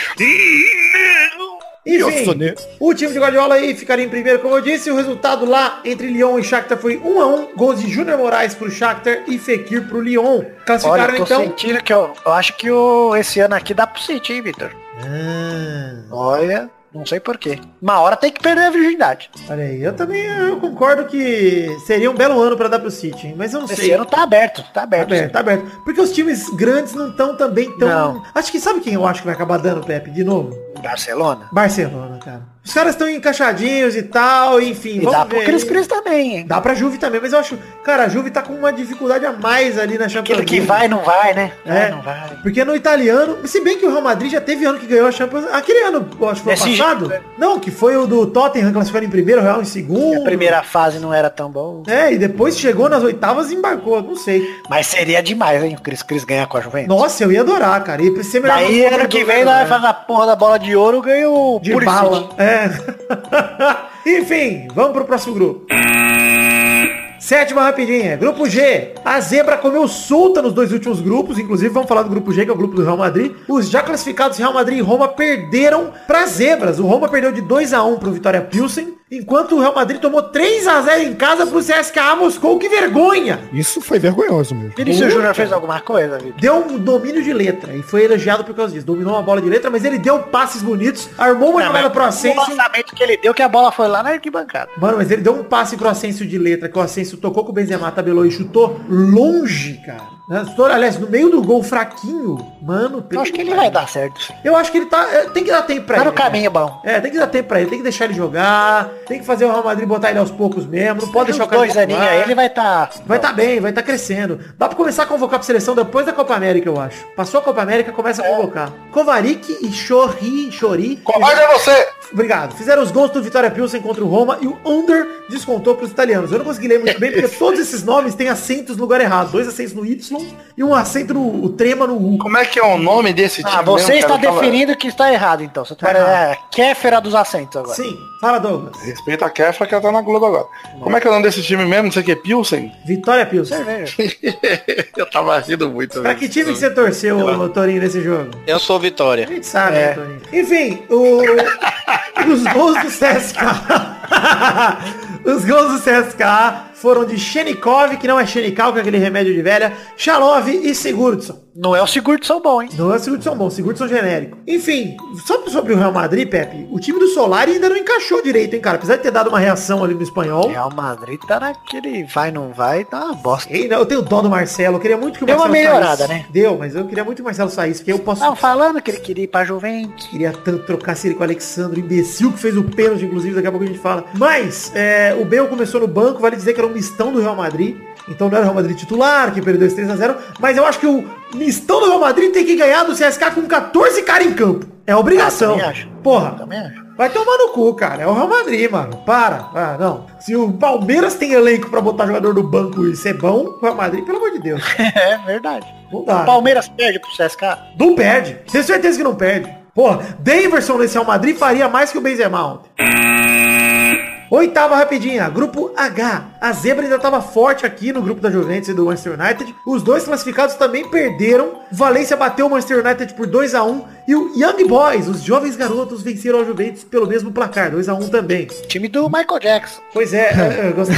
[SPEAKER 3] Enfim,
[SPEAKER 4] né?
[SPEAKER 3] o time de Guardiola aí ficaria em primeiro, como eu disse. O resultado lá entre Lyon e Shakhtar foi 1 a 1 Gols de Júnior Moraes pro Shakhtar e Fekir pro Lyon.
[SPEAKER 2] Olha, eu
[SPEAKER 3] Classificaram
[SPEAKER 2] tô
[SPEAKER 3] então...
[SPEAKER 2] sentindo que eu, eu acho que o, esse ano aqui dá pro City, hein, Vitor?
[SPEAKER 3] Ah,
[SPEAKER 2] Olha, não sei porquê. Uma hora tem que perder a virgindade.
[SPEAKER 3] olha aí, eu também eu concordo que seria um belo ano pra dar pro City, hein? mas eu não
[SPEAKER 2] Esse
[SPEAKER 3] sei.
[SPEAKER 2] ano tá aberto, tá
[SPEAKER 3] Tá
[SPEAKER 2] aberto.
[SPEAKER 3] aberto, tá aberto. Porque os times grandes não estão também tão...
[SPEAKER 2] Não.
[SPEAKER 3] Acho que sabe quem eu acho que vai acabar dando, Pepe, de novo?
[SPEAKER 2] Barcelona.
[SPEAKER 3] Barcelona, cara. Os caras estão encaixadinhos e tal, enfim,
[SPEAKER 2] E
[SPEAKER 3] vamos
[SPEAKER 2] dá
[SPEAKER 3] ver.
[SPEAKER 2] pro Cris
[SPEAKER 3] aí.
[SPEAKER 2] Cris também, hein?
[SPEAKER 3] Dá pra Juve também, mas eu acho... Cara, a Juve tá com uma dificuldade a mais ali na
[SPEAKER 2] Aquilo
[SPEAKER 3] Champions League.
[SPEAKER 2] que vai, não vai, né?
[SPEAKER 3] É.
[SPEAKER 2] Vai, não vai.
[SPEAKER 3] Porque no italiano, se bem que o Real Madrid já teve ano que ganhou a Champions Aquele ano, eu acho que foi o
[SPEAKER 2] Esse-
[SPEAKER 3] passado. Não, que foi o do Tottenham classificando em primeiro, o Real em segundo.
[SPEAKER 2] É A primeira fase não era tão bom.
[SPEAKER 3] É, e depois chegou nas oitavas e embarcou, não sei.
[SPEAKER 2] Mas seria demais, hein? O Cris Cris ganhar com a Juventus.
[SPEAKER 3] Nossa, eu ia adorar, cara. E ser melhor
[SPEAKER 2] Daí
[SPEAKER 3] jogador
[SPEAKER 2] ano
[SPEAKER 3] do
[SPEAKER 2] que
[SPEAKER 3] mundo,
[SPEAKER 2] vem
[SPEAKER 3] né?
[SPEAKER 2] nós vai fazer a porra da bola de ouro ganha o
[SPEAKER 3] de
[SPEAKER 2] Pulisic.
[SPEAKER 3] bala. É. Enfim, vamos pro próximo grupo. Sétima rapidinha, grupo G. A zebra comeu solta nos dois últimos grupos, inclusive vamos falar do grupo G, que é o grupo do Real Madrid. Os já classificados Real Madrid e Roma perderam para zebras. O Roma perdeu de 2 a 1 pro Vitória Pilsen. Enquanto o Real Madrid tomou 3 a 0 em casa pro CSKA Moscou, que vergonha!
[SPEAKER 4] Isso foi vergonhoso mesmo.
[SPEAKER 2] Vinícius Júnior fez alguma coisa, Vitor?
[SPEAKER 3] Deu um domínio de letra e foi elogiado por causa disso. Dominou uma bola de letra, mas ele deu passes bonitos, armou uma
[SPEAKER 2] Não,
[SPEAKER 3] jogada
[SPEAKER 2] mas
[SPEAKER 3] pro
[SPEAKER 2] O
[SPEAKER 3] Asensio.
[SPEAKER 2] lançamento que ele deu, que a bola foi lá na arquibancada.
[SPEAKER 3] Mano, mas ele deu um passe pro Asensio de letra, que o Asensio tocou com o Benzema, tabelou e chutou longe, cara. Na- Aliás, no meio do gol, fraquinho. Mano,
[SPEAKER 2] Eu acho que ele vai dar certo.
[SPEAKER 3] Eu acho que ele tá... é, Tem que dar tempo pra
[SPEAKER 2] Tá
[SPEAKER 3] ele.
[SPEAKER 2] no caminho bom.
[SPEAKER 3] É, tem que dar tempo pra ele, tem que deixar ele jogar, tem que fazer o Real Madrid botar ele aos poucos mesmo, não pode deixar o
[SPEAKER 2] Uns
[SPEAKER 3] cara
[SPEAKER 2] dois aninhos
[SPEAKER 3] voar.
[SPEAKER 2] aí, ele vai tá...
[SPEAKER 3] Tá Vai tá bem, vai tá crescendo. Dá pra começar a convocar pra seleção depois da Copa América, eu acho. Passou a Copa América, começa a convocar. Kovarik e Chori, Chori,
[SPEAKER 5] Covarde é você!
[SPEAKER 3] obrigado. Fizeram os gols do Vitória Pilsen contra o Roma e o Under descontou pros italianos. Eu não consegui ler muito bem porque todos esses nomes têm acentos no lugar errado. Dois acentos no Y e um acento no o trema no U.
[SPEAKER 5] Como é que é o nome desse time?
[SPEAKER 2] Ah, você
[SPEAKER 5] mesmo,
[SPEAKER 2] está
[SPEAKER 5] cara? Eu tava-
[SPEAKER 2] definindo que está errado, então. Você tá
[SPEAKER 3] Tá errado.
[SPEAKER 2] é, Kéfera dos acentos agora.
[SPEAKER 3] Sim, fala Douglas.
[SPEAKER 5] Respeita a Kefra que ela tá na Globo agora. Como é que é o nome desse time mesmo? Não sei o que, Pilsen?
[SPEAKER 3] Vitória Pilsen.
[SPEAKER 2] Cerveja.
[SPEAKER 5] Eu tava rindo muito.
[SPEAKER 3] Pra
[SPEAKER 5] velho.
[SPEAKER 3] que time que você torceu, ô, Torinho, nesse jogo?
[SPEAKER 6] Eu sou
[SPEAKER 3] A
[SPEAKER 6] Vitória.
[SPEAKER 3] gente sabe,
[SPEAKER 2] É.
[SPEAKER 3] né, Toninho? Enfim, o... os gols do CSK. os gols do CSK foram de Shenikov, que não é Shenikal, que é aquele remédio de velha, Shalov e Sigurdsson.
[SPEAKER 2] Não é o Sigurdsson bom, hein?
[SPEAKER 3] Não é Sigurdsson bom, Sigurdsson genérico. Enfim, só sobre o Real Madrid, Pepe, o time do Solari ainda não encaixou direito, hein, cara? Apesar de ter dado uma reação ali no espanhol.
[SPEAKER 2] Real Madrid tá naquele vai, não vai, tá uma bosta.
[SPEAKER 3] Ei, não, Eu tenho dó do Marcelo, eu queria muito que o
[SPEAKER 2] Deu uma
[SPEAKER 3] Marcelo
[SPEAKER 2] melhorada,
[SPEAKER 3] saísse.
[SPEAKER 2] né?
[SPEAKER 3] Deu, mas eu queria muito que o Marcelo saísse, porque eu posso
[SPEAKER 2] Estavam falando que ele queria ir pra Juventus.
[SPEAKER 3] Queria tanto trocar ele com o Alexandre, o imbecil que fez o pênalti, inclusive, daqui a pouco a gente fala. Mas, é, o Bale começou no banco, vale dizer que era um mistão do Real Madrid. Então não era o Real Madrid titular, que perdeu esse 3x0. Mas eu acho que o mistão do Real Madrid tem que ganhar do CSK com 14 caras em campo. É obrigação.
[SPEAKER 2] Ah, também acho.
[SPEAKER 3] Porra.
[SPEAKER 2] Também acho.
[SPEAKER 3] Vai tomar no cu, cara. É o Real Madrid, mano. Para. Ah, não. Se o Palmeiras tem elenco pra botar jogador do banco e ser bom, o Real Madrid, pelo amor de Deus.
[SPEAKER 2] É verdade.
[SPEAKER 3] Não dá. né?
[SPEAKER 2] Palmeiras perde pro CSK.
[SPEAKER 3] Não perde. Tenho certeza que não perde. Porra, Daverson nesse Real Madrid faria mais que o Benzema ontem. Oitava rapidinha, grupo H. A zebra ainda estava forte aqui no grupo da Juventus e do Manchester United. Os dois classificados também perderam. Valência bateu o Manchester United por 2 a 1 e o Young Boys, os jovens garotos, venceram a Juventus pelo mesmo placar, 2 a 1 também.
[SPEAKER 2] Time do Michael Jackson.
[SPEAKER 3] Pois é, eu, eu gostei.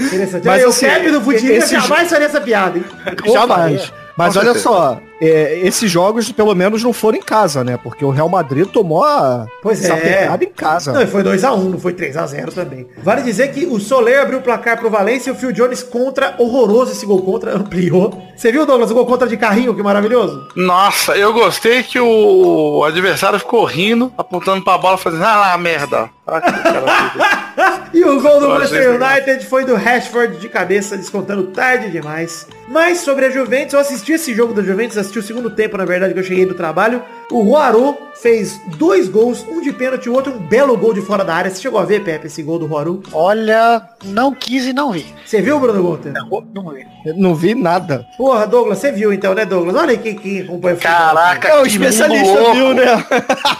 [SPEAKER 3] Interessante.
[SPEAKER 4] Mas,
[SPEAKER 3] Mas o
[SPEAKER 4] assim,
[SPEAKER 3] Pepe do Futinho
[SPEAKER 4] esse jo-
[SPEAKER 3] jamais faria essa piada, hein?
[SPEAKER 4] Jamais. Mas
[SPEAKER 5] Com
[SPEAKER 4] olha
[SPEAKER 5] certeza.
[SPEAKER 4] só, é, esses jogos pelo menos não foram em casa, né? Porque o Real Madrid tomou a
[SPEAKER 3] Pois é.
[SPEAKER 4] sapecada em casa.
[SPEAKER 3] Não, e foi 2x1, não foi 3x0 também. Vale dizer que o Soler abriu o placar pro Valência e o Phil Jones contra, horroroso esse gol contra, ampliou. Você viu, Douglas, o gol contra de carrinho, que maravilhoso?
[SPEAKER 5] Nossa, eu gostei que o adversário ficou rindo, apontando pra bola, fazendo, ah lá, merda. Ah, que cara-
[SPEAKER 3] E o gol do
[SPEAKER 5] Olha,
[SPEAKER 3] Manchester
[SPEAKER 5] gente,
[SPEAKER 3] United foi do Rashford de cabeça, descontando tarde demais. Mas sobre a Juventus, eu assisti esse jogo da Juventus, assisti o segundo tempo, na verdade, que eu cheguei do trabalho. O Ruaru fez dois gols, um de pênalti e o outro um belo gol de fora da área. Você chegou a ver, Pepe, esse gol do Ruaru?
[SPEAKER 2] Olha, não quis e não vi.
[SPEAKER 3] Você viu, Bruno Gonter?
[SPEAKER 2] Não, não vi.
[SPEAKER 3] é
[SPEAKER 4] Eu Não vi nada.
[SPEAKER 3] Porra, Douglas, você viu então, né, Douglas? Olha aí quem, quem acompanha o futebol.
[SPEAKER 5] Caraca, que mundo louco.
[SPEAKER 4] né?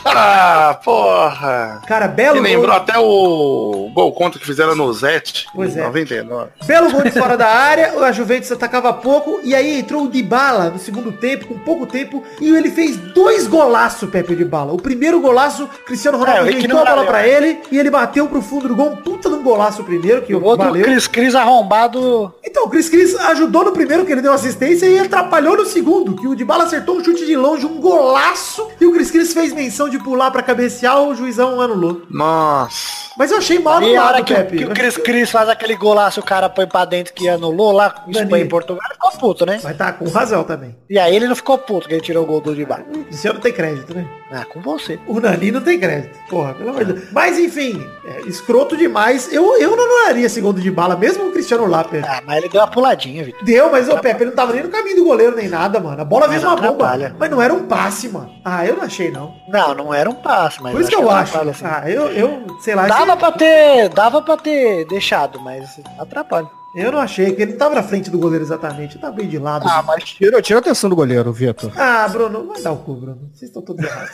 [SPEAKER 5] Ah, porra.
[SPEAKER 3] Cara,
[SPEAKER 5] Me
[SPEAKER 3] belo
[SPEAKER 5] lembrou
[SPEAKER 3] gol,
[SPEAKER 5] até o gol contra que fizeram no Zete,
[SPEAKER 3] Pois
[SPEAKER 5] em
[SPEAKER 3] é.
[SPEAKER 5] 99.
[SPEAKER 3] belo gol de fora da área, a Juventus atacava pouco, e aí entrou o Dybala no segundo tempo, com pouco tempo, e ele fez dois golaços, Pepe Dybala. O primeiro golaço, Cristiano
[SPEAKER 2] É, eu
[SPEAKER 3] Ronaldo
[SPEAKER 2] vi que
[SPEAKER 3] deitou
[SPEAKER 2] não
[SPEAKER 3] a bola
[SPEAKER 2] valeu,
[SPEAKER 3] pra
[SPEAKER 2] né?
[SPEAKER 3] ele, e ele bateu pro fundo do gol, um puta de um golaço primeiro, que
[SPEAKER 2] O outro
[SPEAKER 3] valeu.
[SPEAKER 2] Cris Cris arrombado.
[SPEAKER 3] Então, o Cris Cris ajudou no primeiro, que ele deu assistência, e atrapalhou no segundo, que o Dybala acertou um chute de longe, um golaço, e o Cris Cris fez menção de pular pra cabecear, o juizão anulou.
[SPEAKER 5] Nossa.
[SPEAKER 3] Mas eu achei mal
[SPEAKER 2] E a hora
[SPEAKER 3] anulado,
[SPEAKER 2] que,
[SPEAKER 3] Tá Pepe. né?
[SPEAKER 2] o- que o Cris Cris faz aquele golaço, o cara põe pra dentro que anulou lá, em Espanha e Portugal, ele ficou puto, né?
[SPEAKER 3] Mas tá com razão também.
[SPEAKER 2] E aí ele não ficou puto, que ele tirou o gol do de baixo.
[SPEAKER 3] Isso eu não tem crédito, né?
[SPEAKER 2] Ah, com você.
[SPEAKER 3] O Nani não tem crédito. Porra, pelo amor de Deus. Mas enfim, é, escroto demais. Eu, eu não anularia esse gol do de bala, mesmo com o Cristiano lá, Pepe.
[SPEAKER 2] Ah, mas ele deu uma puladinha, Vitor.
[SPEAKER 3] Deu, mas o Pepe ele não tava nem no caminho do goleiro nem nada, mano. A bola
[SPEAKER 2] Mas
[SPEAKER 3] veio uma bomba.
[SPEAKER 2] atrapalha.
[SPEAKER 3] Mas não era um passe, mano. Ah, eu não achei, não.
[SPEAKER 2] Não, não era um passe, mas
[SPEAKER 3] Por isso que eu
[SPEAKER 2] ela
[SPEAKER 3] acho.
[SPEAKER 2] fala assim.
[SPEAKER 3] Ah, eu, eu sei lá.
[SPEAKER 2] Dava pra ter, dava pra ter deixado, mas atrapalha.
[SPEAKER 3] Eu não achei, porque ele não tava na frente do goleiro exatamente. Eu tava bem de lado.
[SPEAKER 4] Ah, mas tira, tira a atenção do goleiro, Vitor.
[SPEAKER 3] Ah, Bruno, vai dar o cu, Bruno. Vocês estão todos errados.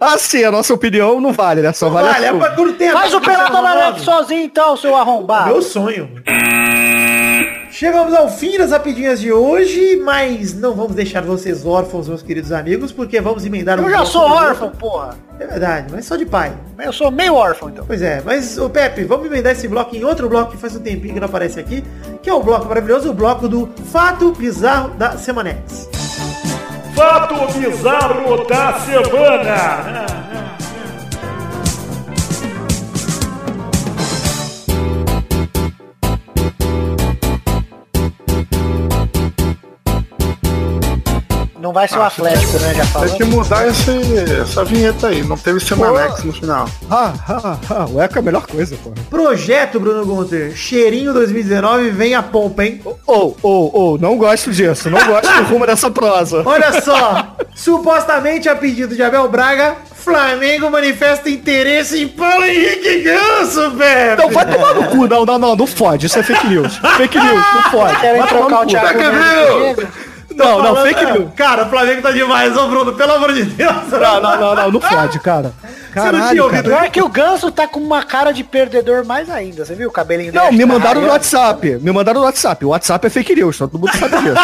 [SPEAKER 4] Ah, sim, a nossa opinião não vale, né? Só vale,
[SPEAKER 3] Olha,
[SPEAKER 4] a
[SPEAKER 3] é
[SPEAKER 4] sua.
[SPEAKER 3] pra quando tem a- tá
[SPEAKER 2] Faz o
[SPEAKER 3] Cristiano
[SPEAKER 2] pelado na
[SPEAKER 3] Ronaldo.
[SPEAKER 2] net sozinho então, seu arrombado.
[SPEAKER 3] Meu sonho. Chegamos ao fim das rapidinhas de hoje, mas não vamos deixar vocês órfãos, meus queridos amigos, porque vamos emendar um
[SPEAKER 2] Eu já
[SPEAKER 3] bloco
[SPEAKER 2] sou
[SPEAKER 3] no
[SPEAKER 2] órfão,
[SPEAKER 3] outro.
[SPEAKER 2] porra.
[SPEAKER 3] É verdade, mas só de pai.
[SPEAKER 2] Mas Eu sou meio órfão, então.
[SPEAKER 3] Pois é, mas o Pepe, vamos emendar esse bloco em outro bloco que faz um tempinho que não aparece aqui, que é o bloco maravilhoso, o bloco do Fato Bizarro da Semanex.
[SPEAKER 6] Fato bizarro da semana.
[SPEAKER 2] Não vai
[SPEAKER 3] Ah.
[SPEAKER 2] ser o Atlético, né? Já
[SPEAKER 5] Tem
[SPEAKER 2] falou.
[SPEAKER 5] que mudar esse- essa vinheta aí. Não teve Semanex no final.
[SPEAKER 4] Ah, ah, ah, o eco é a melhor coisa, porra.
[SPEAKER 3] Projeto Bruno Gunter, cheirinho 2019, vem a pompa, hein?
[SPEAKER 4] Ou, ou, ou, não gosto disso, não gosto do rumo dessa prosa.
[SPEAKER 3] Olha só, supostamente a pedido de Abel Braga, Flamengo manifesta interesse em Paulo Henrique Ganso, velho.
[SPEAKER 4] Não, então vai tomar no cu, não, não, não, não fode, isso é fake news. Fake news, não fode.
[SPEAKER 2] Querem
[SPEAKER 4] Vai tomar
[SPEAKER 2] trocar o
[SPEAKER 4] no cu.
[SPEAKER 2] Thiago
[SPEAKER 5] Tá
[SPEAKER 2] Neves
[SPEAKER 5] que
[SPEAKER 2] do Diego?
[SPEAKER 4] Não, não, fake news.
[SPEAKER 3] é, Cara, o Flamengo tá demais, ô Bruno, pelo amor de Deus.
[SPEAKER 4] Não, não, não, não, não fode, cara.
[SPEAKER 3] Você não tinha
[SPEAKER 4] Caralho, cara.
[SPEAKER 3] ouvido
[SPEAKER 2] Pior que o Ganso tá com uma cara de perdedor mais ainda, você viu o cabelinho dele?
[SPEAKER 4] Não, me
[SPEAKER 2] Tá
[SPEAKER 4] mandaram no
[SPEAKER 2] raiando.
[SPEAKER 4] WhatsApp. Me mandaram no WhatsApp. O WhatsApp é fake news, todo mundo sabe disso.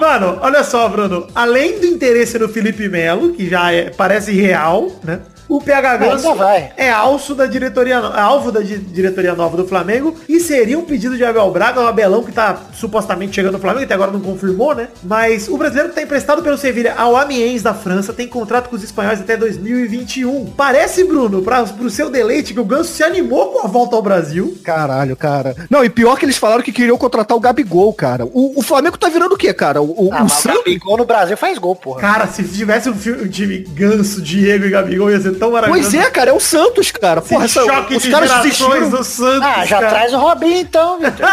[SPEAKER 3] Mano, olha só, Bruno. Além do interesse no Felipe Melo, que já é- parece real, né? O PH Ganso
[SPEAKER 2] Ainda vai.
[SPEAKER 3] é alvo da diretoria, no- é alvo da di- diretoria nova do Flamengo e seria um pedido de Abel Braga, o Abelão que tá supostamente chegando no Flamengo, até agora não confirmou, né? Mas o brasileiro tá emprestado pelo Sevilha ao Amiens da França, tem contrato com os espanhóis até 2021. Parece, Bruno, pra, pro seu deleite, que o Ganso se animou com a volta ao Brasil.
[SPEAKER 4] Caralho, cara. Não, e pior que eles falaram que queriam contratar o Gabigol, cara. O, o Flamengo tá virando o quê, cara? O, o,
[SPEAKER 2] Ah,
[SPEAKER 4] o
[SPEAKER 2] mas o
[SPEAKER 4] Santos?
[SPEAKER 2] Gabigol no Brasil faz gol, porra.
[SPEAKER 3] Cara, se tivesse um, fi- um time Ganso, Diego e Gabigol, ia ser tão maravilhoso.
[SPEAKER 4] Pois é, cara, é o Santos, cara. Porra,
[SPEAKER 3] tá Esse
[SPEAKER 4] essa,
[SPEAKER 3] choque
[SPEAKER 4] os
[SPEAKER 3] de
[SPEAKER 4] caras
[SPEAKER 3] gerações né?
[SPEAKER 4] desistiram.
[SPEAKER 3] do Santos,
[SPEAKER 2] Ah, já
[SPEAKER 3] cara.
[SPEAKER 2] traz o Robinho então, Vitor.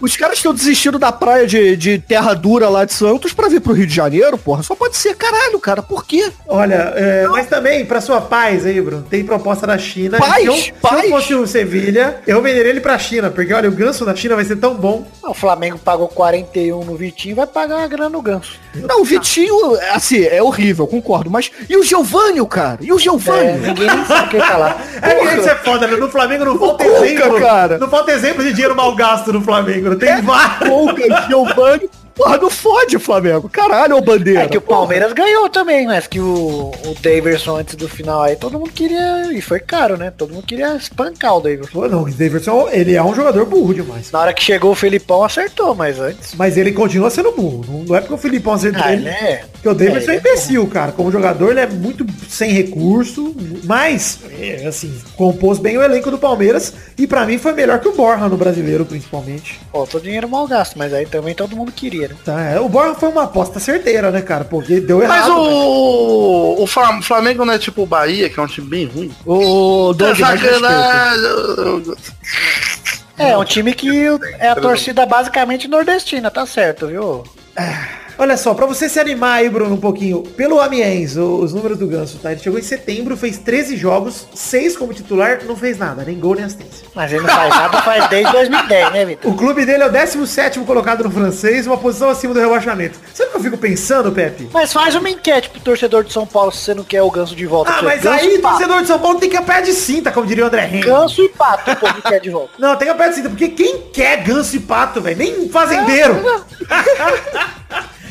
[SPEAKER 4] Os caras estão desistindo da praia de, de terra dura lá de Santos pra vir pro Rio de Janeiro, porra. Só pode ser, caralho, cara. Por quê?
[SPEAKER 3] Olha, é, mas também, pra sua paz aí, Bruno, tem proposta da China.
[SPEAKER 4] Paz?
[SPEAKER 3] se, eu, se eu
[SPEAKER 4] Paz?
[SPEAKER 3] fosse o Sevilha, eu venderia ele pra China, porque olha, o ganso na China vai ser tão bom.
[SPEAKER 2] Ah, O Flamengo pagou 41 no Vitinho, vai pagar uma grana no Ganso.
[SPEAKER 4] Não, o Vitinho, assim, é horrível, concordo. Mas e o Giovânio, cara? E o
[SPEAKER 2] É,
[SPEAKER 4] Giovânio?
[SPEAKER 2] ninguém nem sabe quem tá lá.
[SPEAKER 3] É que isso é foda, né? No Flamengo não falta
[SPEAKER 4] Cuca,
[SPEAKER 3] exemplo.
[SPEAKER 4] cara.
[SPEAKER 3] Não falta exemplo de dinheiro mal gasto no Flamengo. Tem vários.
[SPEAKER 4] Pouca, Giovânio. Porra, não fode, Flamengo. Caralho, ô bandeira.
[SPEAKER 2] É que o Palmeiras ganhou também, mas que o, o Daverson antes do final aí, todo mundo queria. E foi caro, né? Todo mundo queria espancar o Daverson.
[SPEAKER 3] Pô, não, o Davidson, ele é um jogador burro demais.
[SPEAKER 2] Na hora que chegou o Felipão acertou, mas antes.
[SPEAKER 3] Mas ele continua sendo burro. Não- Não é porque o Filipão acertou
[SPEAKER 2] Ah,
[SPEAKER 3] ele.
[SPEAKER 2] né?
[SPEAKER 3] Porque o Davidson
[SPEAKER 2] É,
[SPEAKER 3] é
[SPEAKER 2] ele
[SPEAKER 3] imbecil, cara. Como jogador, ele é muito sem recurso, mas, é, assim, compôs bem o elenco do Palmeiras e pra mim foi melhor que o Borja no brasileiro, principalmente.
[SPEAKER 2] Faltou dinheiro mal gasto, mas aí também todo mundo queria, né?
[SPEAKER 3] Tá, é, o Borja foi uma aposta certeira, né, cara? Porque deu errado.
[SPEAKER 5] Mas
[SPEAKER 3] né?
[SPEAKER 5] o, o Flam- Flamengo não é tipo o Bahia, que é um time bem ruim. né,
[SPEAKER 4] Ô,
[SPEAKER 3] Tá
[SPEAKER 4] Doug, mais respeito.
[SPEAKER 5] Sacanagem.
[SPEAKER 2] É, um time que é a torcida basicamente nordestina, tá certo, viu?
[SPEAKER 3] Olha só, pra você se animar aí, Bruno, um pouquinho, pelo Amiens, o- os números do Ganso, tá? Ele chegou em setembro, fez 13 jogos, 6 como titular, não fez nada, nem gol, nem assistência.
[SPEAKER 2] Mas ele não faz nada faz desde 2010, né, Vitor?
[SPEAKER 3] O clube dele é o 17º colocado no francês, uma posição acima do rebaixamento. Sabe o que eu fico pensando, Pepe?
[SPEAKER 2] Mas faz uma enquete pro torcedor de São Paulo se você não quer o ganso de volta.
[SPEAKER 3] Ah,
[SPEAKER 2] Você
[SPEAKER 3] mas
[SPEAKER 2] ganso
[SPEAKER 3] aí
[SPEAKER 2] e pato.
[SPEAKER 3] torcedor de São Paulo tem que pé de cinta, como diria o André Henrique.
[SPEAKER 2] Ganso e pato, o povo quer de volta.
[SPEAKER 3] Não, tem que pé de cinta, porque quem quer ganso e pato, velho? Nem fazendeiro.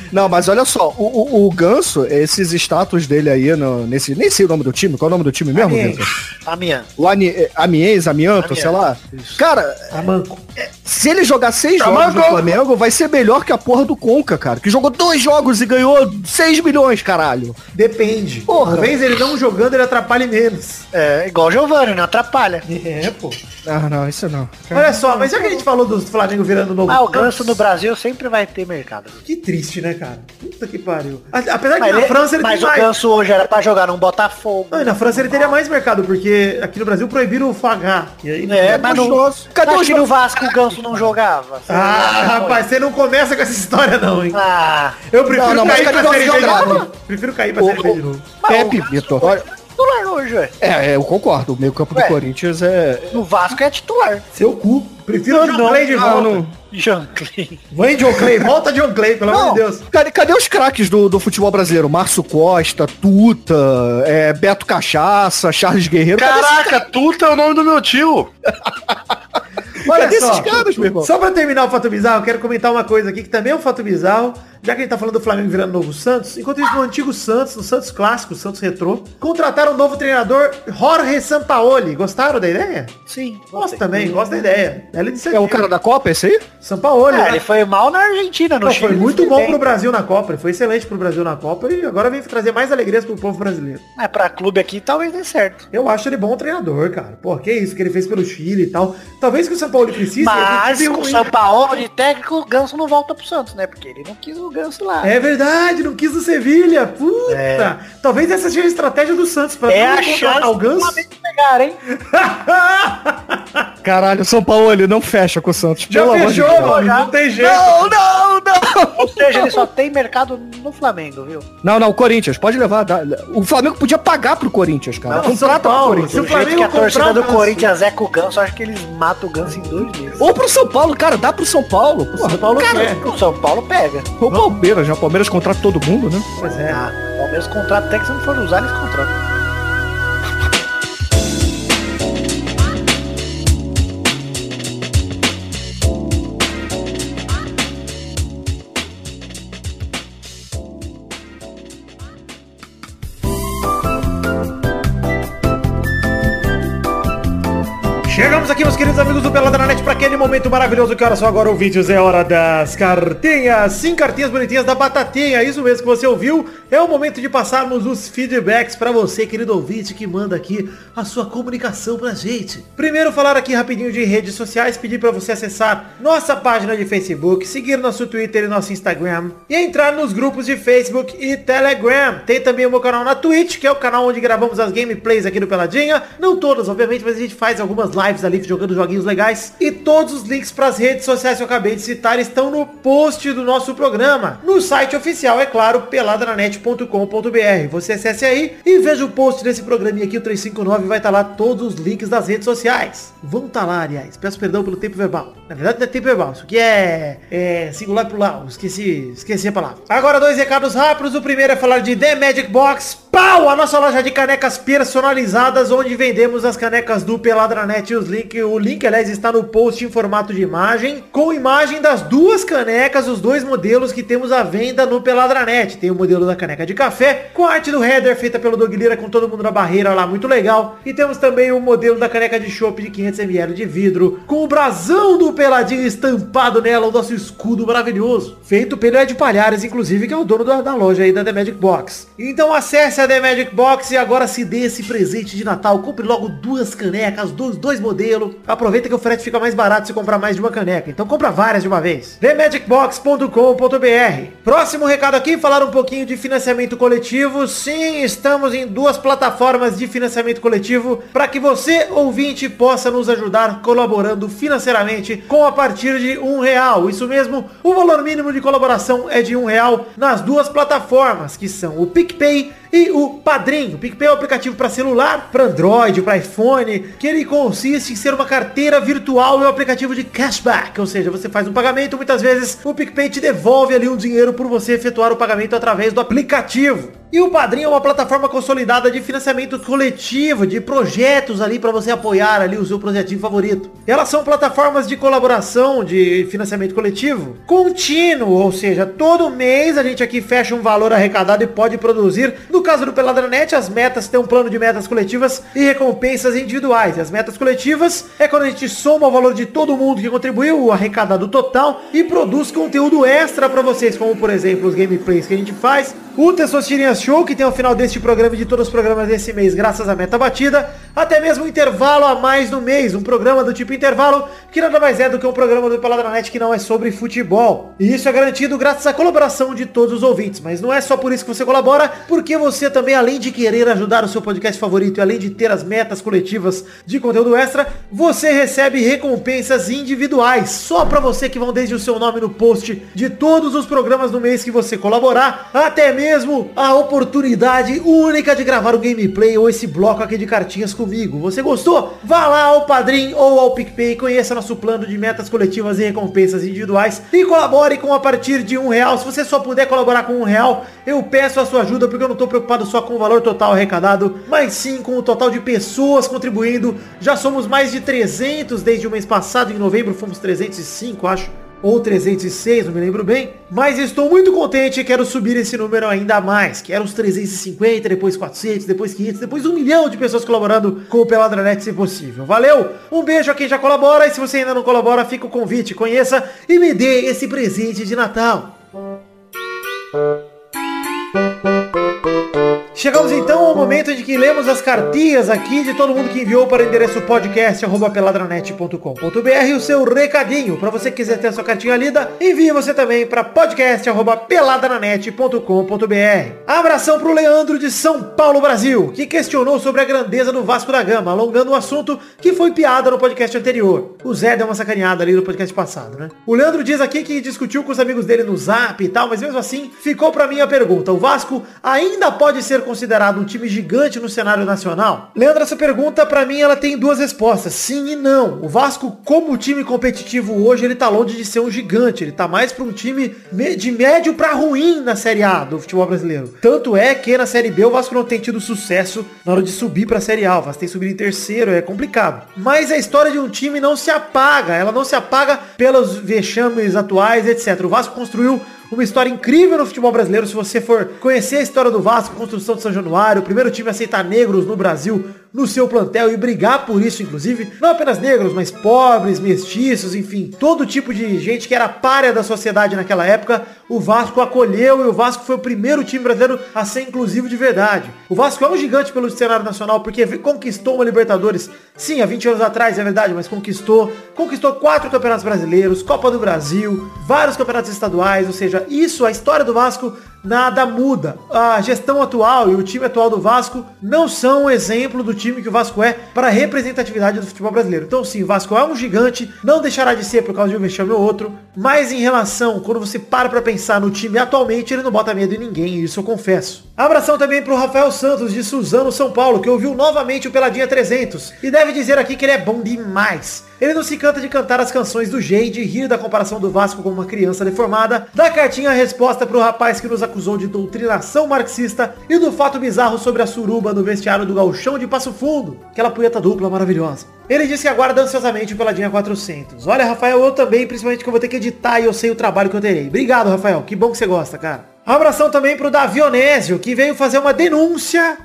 [SPEAKER 4] Não, mas olha só, o, o, o Ganso, esses status dele aí, no, nesse, nem sei o nome do time, qual é o nome do time mesmo,
[SPEAKER 3] Amiens.
[SPEAKER 4] Vitor?
[SPEAKER 2] A minha.
[SPEAKER 4] O Ami- eh, Amiens, Amianto,
[SPEAKER 2] Amiens,
[SPEAKER 4] sei lá. Cara,
[SPEAKER 3] Tá manco.
[SPEAKER 4] se ele jogar seis
[SPEAKER 5] Tá
[SPEAKER 4] jogos no
[SPEAKER 5] maluco?
[SPEAKER 4] Flamengo, vai ser melhor que a porra do Conca, cara, que jogou dois jogos e ganhou seis milhões, caralho.
[SPEAKER 3] Depende.
[SPEAKER 4] Porra.
[SPEAKER 3] Talvez ele não jogando, ele atrapalhe menos.
[SPEAKER 2] É, igual o Giovanni, não atrapalha.
[SPEAKER 3] É, pô.
[SPEAKER 4] Ah, não, isso não.
[SPEAKER 3] Olha só, mas já que a gente falou do Flamengo virando novo.
[SPEAKER 2] Ah, o ganso no Brasil sempre vai ter mercado.
[SPEAKER 3] Que triste, né, cara? Puta que pariu. A- Apesar de que
[SPEAKER 2] Mas,
[SPEAKER 3] na
[SPEAKER 2] ele-
[SPEAKER 3] França ele
[SPEAKER 2] mas
[SPEAKER 3] tem
[SPEAKER 2] o
[SPEAKER 3] mais. Ah,
[SPEAKER 2] ganso hoje era pra jogar num Botafogo.
[SPEAKER 3] Não, e na França ele teria mais mercado, porque aqui no Brasil proibiram o Fagá. E aí,
[SPEAKER 2] É, mas não.
[SPEAKER 4] Gostoso. Cadê
[SPEAKER 2] Cadê
[SPEAKER 4] o
[SPEAKER 2] o no Vasco o ganso não jogava?
[SPEAKER 3] Ah, rapaz, você não começa com essa história, não, hein?
[SPEAKER 2] Ah,
[SPEAKER 3] Eu prefiro
[SPEAKER 4] Não, não, mas
[SPEAKER 3] cair pra
[SPEAKER 4] cadê o
[SPEAKER 3] série B de
[SPEAKER 4] jogava?
[SPEAKER 3] novo. Prefiro cair pra
[SPEAKER 4] Ô,
[SPEAKER 3] série B
[SPEAKER 4] ô,
[SPEAKER 3] de novo.
[SPEAKER 4] Pepe,
[SPEAKER 2] Mas o
[SPEAKER 4] Vitor.
[SPEAKER 2] Ganso
[SPEAKER 4] olha-
[SPEAKER 2] é titular hoje, ué.
[SPEAKER 4] É, é, eu concordo. O meio campo do
[SPEAKER 2] Ué.
[SPEAKER 4] Corinthians é...
[SPEAKER 2] No Vasco é titular.
[SPEAKER 3] Seu cu. Prefiro John Clay de
[SPEAKER 4] Ah,
[SPEAKER 3] volta.
[SPEAKER 4] não.
[SPEAKER 2] Janclin.
[SPEAKER 3] Vem John Clay, volta John Clay, pelo amor
[SPEAKER 4] Não,
[SPEAKER 3] de Deus.
[SPEAKER 4] cadê, cadê os craques do, do futebol brasileiro? Márcio Costa, Tuta, é, Beto Cachaça, Charles Guerreiro. Cadê esses
[SPEAKER 5] Caraca, Tuta é o nome do meu tio.
[SPEAKER 3] Olha
[SPEAKER 4] Cadê
[SPEAKER 3] só,
[SPEAKER 4] esses caras, meu irmão?
[SPEAKER 3] Só pra terminar o fato bizarro, eu quero comentar uma coisa aqui que também é um fato bizarro. Já que a gente tá falando do Flamengo virando novo Santos, enquanto isso no antigo Santos, no Santos clássico, Santos retrô, contrataram um novo treinador, Jorge Sampaoli. Gostaram da ideia?
[SPEAKER 2] Sim.
[SPEAKER 3] Gosto também, gosto da ideia. Bela
[SPEAKER 4] É
[SPEAKER 3] iniciativa.
[SPEAKER 4] o cara da Copa, esse aí?
[SPEAKER 3] Sampaoli,
[SPEAKER 2] É,
[SPEAKER 3] né?
[SPEAKER 2] ele foi mal na Argentina, no
[SPEAKER 3] Não,
[SPEAKER 2] Chile.
[SPEAKER 3] foi
[SPEAKER 2] ele
[SPEAKER 3] muito bom
[SPEAKER 2] bem.
[SPEAKER 3] pro Brasil na Copa, ele foi excelente pro Brasil na Copa e agora vem trazer mais alegrias pro povo brasileiro.
[SPEAKER 2] É, pra clube aqui talvez dê certo.
[SPEAKER 3] Eu acho ele bom treinador, cara. Pô, que isso que ele fez pelo Chile e tal. Talvez que o São Paulo precise. é do
[SPEAKER 2] Mas
[SPEAKER 3] time
[SPEAKER 2] com o
[SPEAKER 3] ruim.
[SPEAKER 2] São Paulo de técnico, o Ganso não volta pro Santos, né? Porque ele não quis o Ganso lá. É,
[SPEAKER 3] É verdade, não quis o Sevilha. Puta. Talvez essa seja a estratégia do Santos pra não
[SPEAKER 2] É a
[SPEAKER 3] contratar
[SPEAKER 2] chance
[SPEAKER 3] o
[SPEAKER 2] do
[SPEAKER 3] Ganso.
[SPEAKER 2] Flamengo pegar, hein?
[SPEAKER 4] Caralho, o São Paulo ele não fecha com o Santos.
[SPEAKER 3] Já
[SPEAKER 4] pelo amor de
[SPEAKER 3] fechou,
[SPEAKER 4] Deus.
[SPEAKER 3] mano. É. Não tem jeito.
[SPEAKER 4] Não, não, não!
[SPEAKER 2] Ou seja, ele só tem mercado no Flamengo, viu?
[SPEAKER 4] Não, não, Corinthians, pode levar. dá- O Flamengo podia pagar pro Corinthians, cara.
[SPEAKER 3] Não, São
[SPEAKER 4] Contrata pro
[SPEAKER 3] Paulo,
[SPEAKER 4] Corinthians.
[SPEAKER 3] Se o
[SPEAKER 2] Do jeito
[SPEAKER 3] Flamengo
[SPEAKER 2] que a torcida
[SPEAKER 3] comprar o
[SPEAKER 2] do
[SPEAKER 3] Ganso.
[SPEAKER 2] Corinthians é com o Ganso, eu acho que eles matam o Ganso em dois dias.
[SPEAKER 4] Ou pro São Paulo, cara, dá pro São Paulo. Porra,
[SPEAKER 3] São Paulo
[SPEAKER 4] cara,
[SPEAKER 3] quer.
[SPEAKER 2] O São Paulo pega.
[SPEAKER 4] ou Palmeiras, já. O Palmeiras contrata todo mundo, né?
[SPEAKER 3] Pois é.
[SPEAKER 2] Ah, o Palmeiras contrata até que se não for usar, eles contratam.
[SPEAKER 3] Chegamos aqui, meus queridos amigos do Pelada na Net, para aquele momento maravilhoso que, olha só, agora ouvintes, é hora das cartinhas. Sim, cartinhas bonitinhas da Batatinha, isso mesmo que você ouviu. É o momento de passarmos os feedbacks para você, querido ouvinte, que manda aqui a sua comunicação pra gente. Primeiro, falar aqui rapidinho de redes sociais, pedir para você acessar nossa página de Facebook, seguir nosso Twitter e nosso Instagram, e entrar nos grupos de Facebook e Telegram. Tem também o meu canal na Twitch, que é o canal onde gravamos as gameplays aqui do Peladinha. Não todas, obviamente, mas a gente faz algumas lives ali jogando joguinhos legais. E todos os links para as redes sociais que eu acabei de citar estão no post do nosso programa. No site oficial, é claro, peladranet.com.br. Você acesse aí e veja o post desse programinha aqui, o 359, vai estar lá todos os links das redes sociais. Vão estar lá, aliás. Peço perdão pelo tempo verbal. Na verdade, não é tempo verbal. Isso aqui é, é singular plural. Esqueci, esqueci a palavra. Agora, dois recados rápidos. O primeiro é falar de The Magic Box. Pau! A nossa loja de canecas personalizadas, onde vendemos as canecas do Peladranet. E os link, o link, aliás, está no post em formato de imagem, com imagem das duas canecas, os dois modelos que temos à venda no Peladranet. Tem o modelo da caneca de café, com a arte do header feita pelo Doug Lira, com todo mundo na barreira lá, muito legal. E temos também o modelo da caneca de chopp de 500ml de vidro, com o brasão do Peladinho estampado nela, o nosso escudo maravilhoso. Feito pelo Ed Palhares, inclusive, que é o dono da, da loja aí da The Magic Box. Então acesse a The Magic Box e agora se dê esse presente de Natal. Compre logo duas canecas, dois, dois modelos. Aproveita que o frete fica mais barato se comprar mais de uma caneca. Então compra várias de uma vez. TheMagicBox.com.br Próximo recado aqui, falar um pouquinho de financiamento coletivo. Sim, estamos em duas plataformas de financiamento coletivo para que você, ouvinte, possa nos ajudar colaborando financeiramente com a partir de um real. Isso mesmo, o valor mínimo de colaboração é de um real nas duas plataformas, que são o PicPay e o Padrim. O PicPay é um aplicativo para celular, para Android, para iPhone, que ele consiste em ser uma carteira virtual e um aplicativo de cashback. Ou seja, você faz um pagamento, muitas vezes o PicPay te devolve ali um dinheiro por você efetuar o pagamento através do aplicativo. E o Padrim é uma plataforma consolidada de financiamento coletivo, de projetos ali para você apoiar ali o seu projetinho favorito. Elas são plataformas de colaboração, de financiamento coletivo, contínuo, ou seja, todo mês a gente aqui fecha um valor arrecadado e pode produzir. No caso do Peladranet, as metas têm um plano de metas coletivas e recompensas individuais. E as metas coletivas é quando a gente soma o valor de todo mundo que contribuiu, o arrecadado total, e produz conteúdo extra para vocês, como por exemplo os gameplays que a gente faz, o Testosterinha Show, que tem ao final deste programa e de todos os programas desse mês, graças à meta batida, até mesmo um intervalo a mais no mês, um programa do tipo intervalo, que nada mais é do que um programa do Peladranet que não é sobre futebol. E isso é garantido graças à colaboração de todos os ouvintes, mas não é só por isso que você colabora, porque você também, além de querer ajudar o seu podcast favorito e além de ter as metas coletivas de conteúdo extra, você recebe recompensas individuais, só pra você que vão desde o seu nome no post de todos os programas do mês que você colaborar, até mesmo mesmo a oportunidade única de gravar o gameplay ou esse bloco aqui de cartinhas comigo. Você gostou? Vá lá ao Padrim ou ao PicPay, conheça nosso plano de metas coletivas e recompensas individuais e colabore com a partir de um real. Se você só puder colaborar com um real, eu peço a sua ajuda porque eu não estou preocupado só com o valor total arrecadado, mas sim com o total de pessoas contribuindo. Já somos mais de 300 desde o mês passado, em novembro fomos 305, acho ou 306, não me lembro bem, mas estou muito contente e quero subir esse número ainda mais. Quero os 350, depois 400, depois 500, depois um milhão de pessoas colaborando com o Peladranet se possível. Valeu? Um beijo a quem já colabora e se você ainda não colabora, fica o convite, conheça e me dê esse presente de Natal. Chegamos então ao momento de que lemos as cartinhas aqui de todo mundo que enviou para o endereço podcast@peladranet.com.br o seu recadinho. Para você que quiser ter a sua cartinha lida, envie você também para podcast@peladranet.com.br. Abração pro Leandro de São Paulo, Brasil, que questionou sobre a grandeza do Vasco da Gama, alongando o assunto que foi piada no podcast anterior. O Zé deu uma sacaneada ali no podcast passado, né? O Leandro diz aqui que discutiu com os amigos dele no Zap e tal, mas mesmo assim ficou pra mim a pergunta. O Vasco ainda pode ser considerado um time gigante no cenário nacional? Leandro, essa pergunta pra mim ela tem duas respostas, sim e não. O Vasco, como time competitivo hoje, ele tá longe de ser um gigante, ele tá mais pra um time me- de médio pra ruim na Série A do futebol brasileiro. Tanto é que na Série B o Vasco não tem tido sucesso na hora de subir pra Série A, o Vasco tem subido em terceiro, é complicado. Mas a história de um time não se apaga, ela não se apaga pelos vexames atuais, etc. O Vasco construiu uma história incrível no futebol brasileiro. Se você for conhecer a história do Vasco, construção de São Januário, o primeiro time a aceitar negros no Brasil no seu plantel e brigar por isso, inclusive. Não apenas negros, mas pobres, mestiços, enfim. Todo tipo de gente que era párea da sociedade naquela época, o Vasco acolheu e o Vasco foi o primeiro time brasileiro a ser inclusivo de verdade. O Vasco é um gigante pelo cenário nacional porque conquistou uma Libertadores, sim, há 20 anos atrás, é verdade, mas conquistou. Conquistou quatro campeonatos brasileiros, Copa do Brasil, vários campeonatos estaduais, ou seja, isso, a história do Vasco nada muda. A gestão atual e o time atual do Vasco não são um exemplo do time que o Vasco é para a representatividade do futebol brasileiro. Então sim, o Vasco é um gigante, não deixará de ser por causa de um vexame ou outro, mas em relação, quando você para para pensar no time atualmente, ele não bota medo em ninguém, isso eu confesso. Abração também pro Rafael Santos de Suzano, São Paulo, que ouviu novamente o Peladinha 300 e deve dizer aqui que ele é bom demais. Ele não se canta de cantar as canções do Jade, rir da comparação do Vasco com uma criança deformada, da cartinha a resposta pro rapaz que nos acusou de doutrinação marxista e do fato bizarro sobre a suruba no vestiário do galchão de Passo Fundo, aquela punheta dupla maravilhosa. Ele disse que aguarda ansiosamente o Peladinha 400. Olha, Rafael, eu também, principalmente que eu vou ter que editar e eu sei o trabalho que eu terei. Obrigado, Rafael. Que bom que você gosta, cara. Abração também pro Davi Onésio, que veio fazer uma denúncia.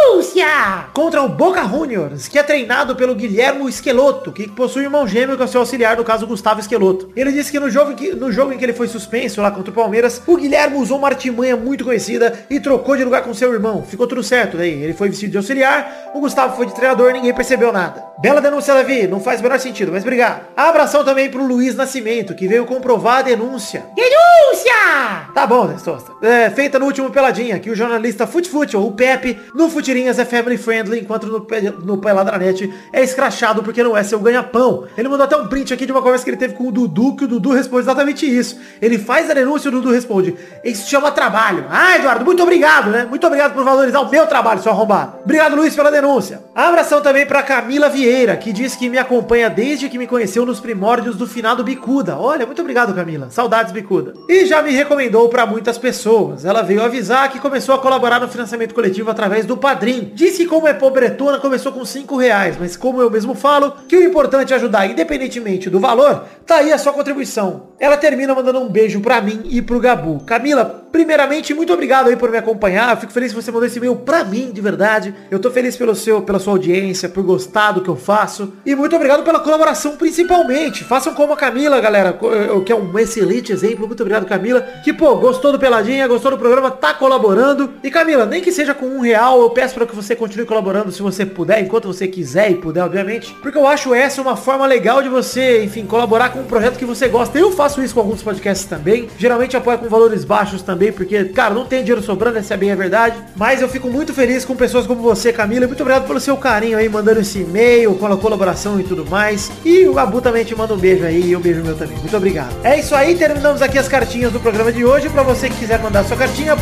[SPEAKER 3] Denúncia! Contra o Boca Juniors, que é treinado pelo Guilhermo Esqueloto, que possui um irmão gêmeo que é seu auxiliar, no caso Gustavo Esqueloto. Ele disse que no jogo, em que- no jogo em que ele foi suspenso lá contra o Palmeiras, o Guilhermo usou uma artimanha muito conhecida e trocou de lugar com seu irmão. Ficou tudo certo daí. Ele foi vestido de auxiliar, o Gustavo foi de treinador, ninguém percebeu nada. Bela denúncia, Davi. Não faz o menor sentido, mas obrigado. Abração também pro Luiz Nascimento, que veio comprovar a denúncia. Denúncia! Tá bom, Testosta. É, feita no último Peladinha, que o jornalista Fut Fut, ou o Pepe, no Futirinhas é family friendly, enquanto no, Pe- no Peladranet é escrachado porque não é seu ganha-pão. Ele mandou até um print aqui de uma conversa que ele teve com o Dudu, que o Dudu responde exatamente isso. Ele faz a denúncia e o Dudu responde. Isso chama trabalho. Ah, Eduardo, muito obrigado, né? Muito obrigado por valorizar o meu trabalho, seu arrombado. Obrigado, Luiz, pela denúncia. Abração também pra Camila Vieira, que diz que me acompanha desde que me conheceu nos primórdios do finado Bicuda. Olha, muito obrigado, Camila. Saudades, Bicuda. E já me recomendou pra muitas pessoas. Ela veio avisar que começou a colaborar no financiamento coletivo através do Padrim. Diz que como é pobretona, começou com 5 reais, mas como eu mesmo falo, que o importante é ajudar independentemente do valor, tá aí a sua contribuição. Ela termina mandando um beijo pra mim e pro Gabu. Camila, Primeiramente, muito obrigado aí por me acompanhar. Eu fico feliz que você mandou esse e-mail pra mim, de verdade. Eu tô feliz pelo seu, pela sua audiência, por gostar do que eu faço. E muito obrigado pela colaboração, principalmente. Façam como a Camila, galera, co- eh, que é um excelente exemplo. Muito obrigado, Camila. Que, pô, gostou do Peladinha, gostou do programa, tá colaborando. E, Camila, nem que seja com um real, eu peço pra que você continue colaborando se você puder, enquanto você quiser e puder, obviamente. Porque eu acho essa uma forma legal de você, enfim, colaborar com um projeto que você gosta. Eu faço isso com alguns podcasts também. Geralmente apoio com valores baixos também, porque, cara, não tem dinheiro sobrando, essa é bem a verdade. Mas eu fico muito feliz com pessoas como você, Camila. Muito obrigado pelo seu carinho aí, mandando esse e-mail, com a colaboração e tudo mais. E o Gabu também te manda um beijo aí e um beijo meu também. Muito obrigado. É isso aí, terminamos aqui as cartinhas do programa de hoje. Pra você que quiser mandar sua cartinha,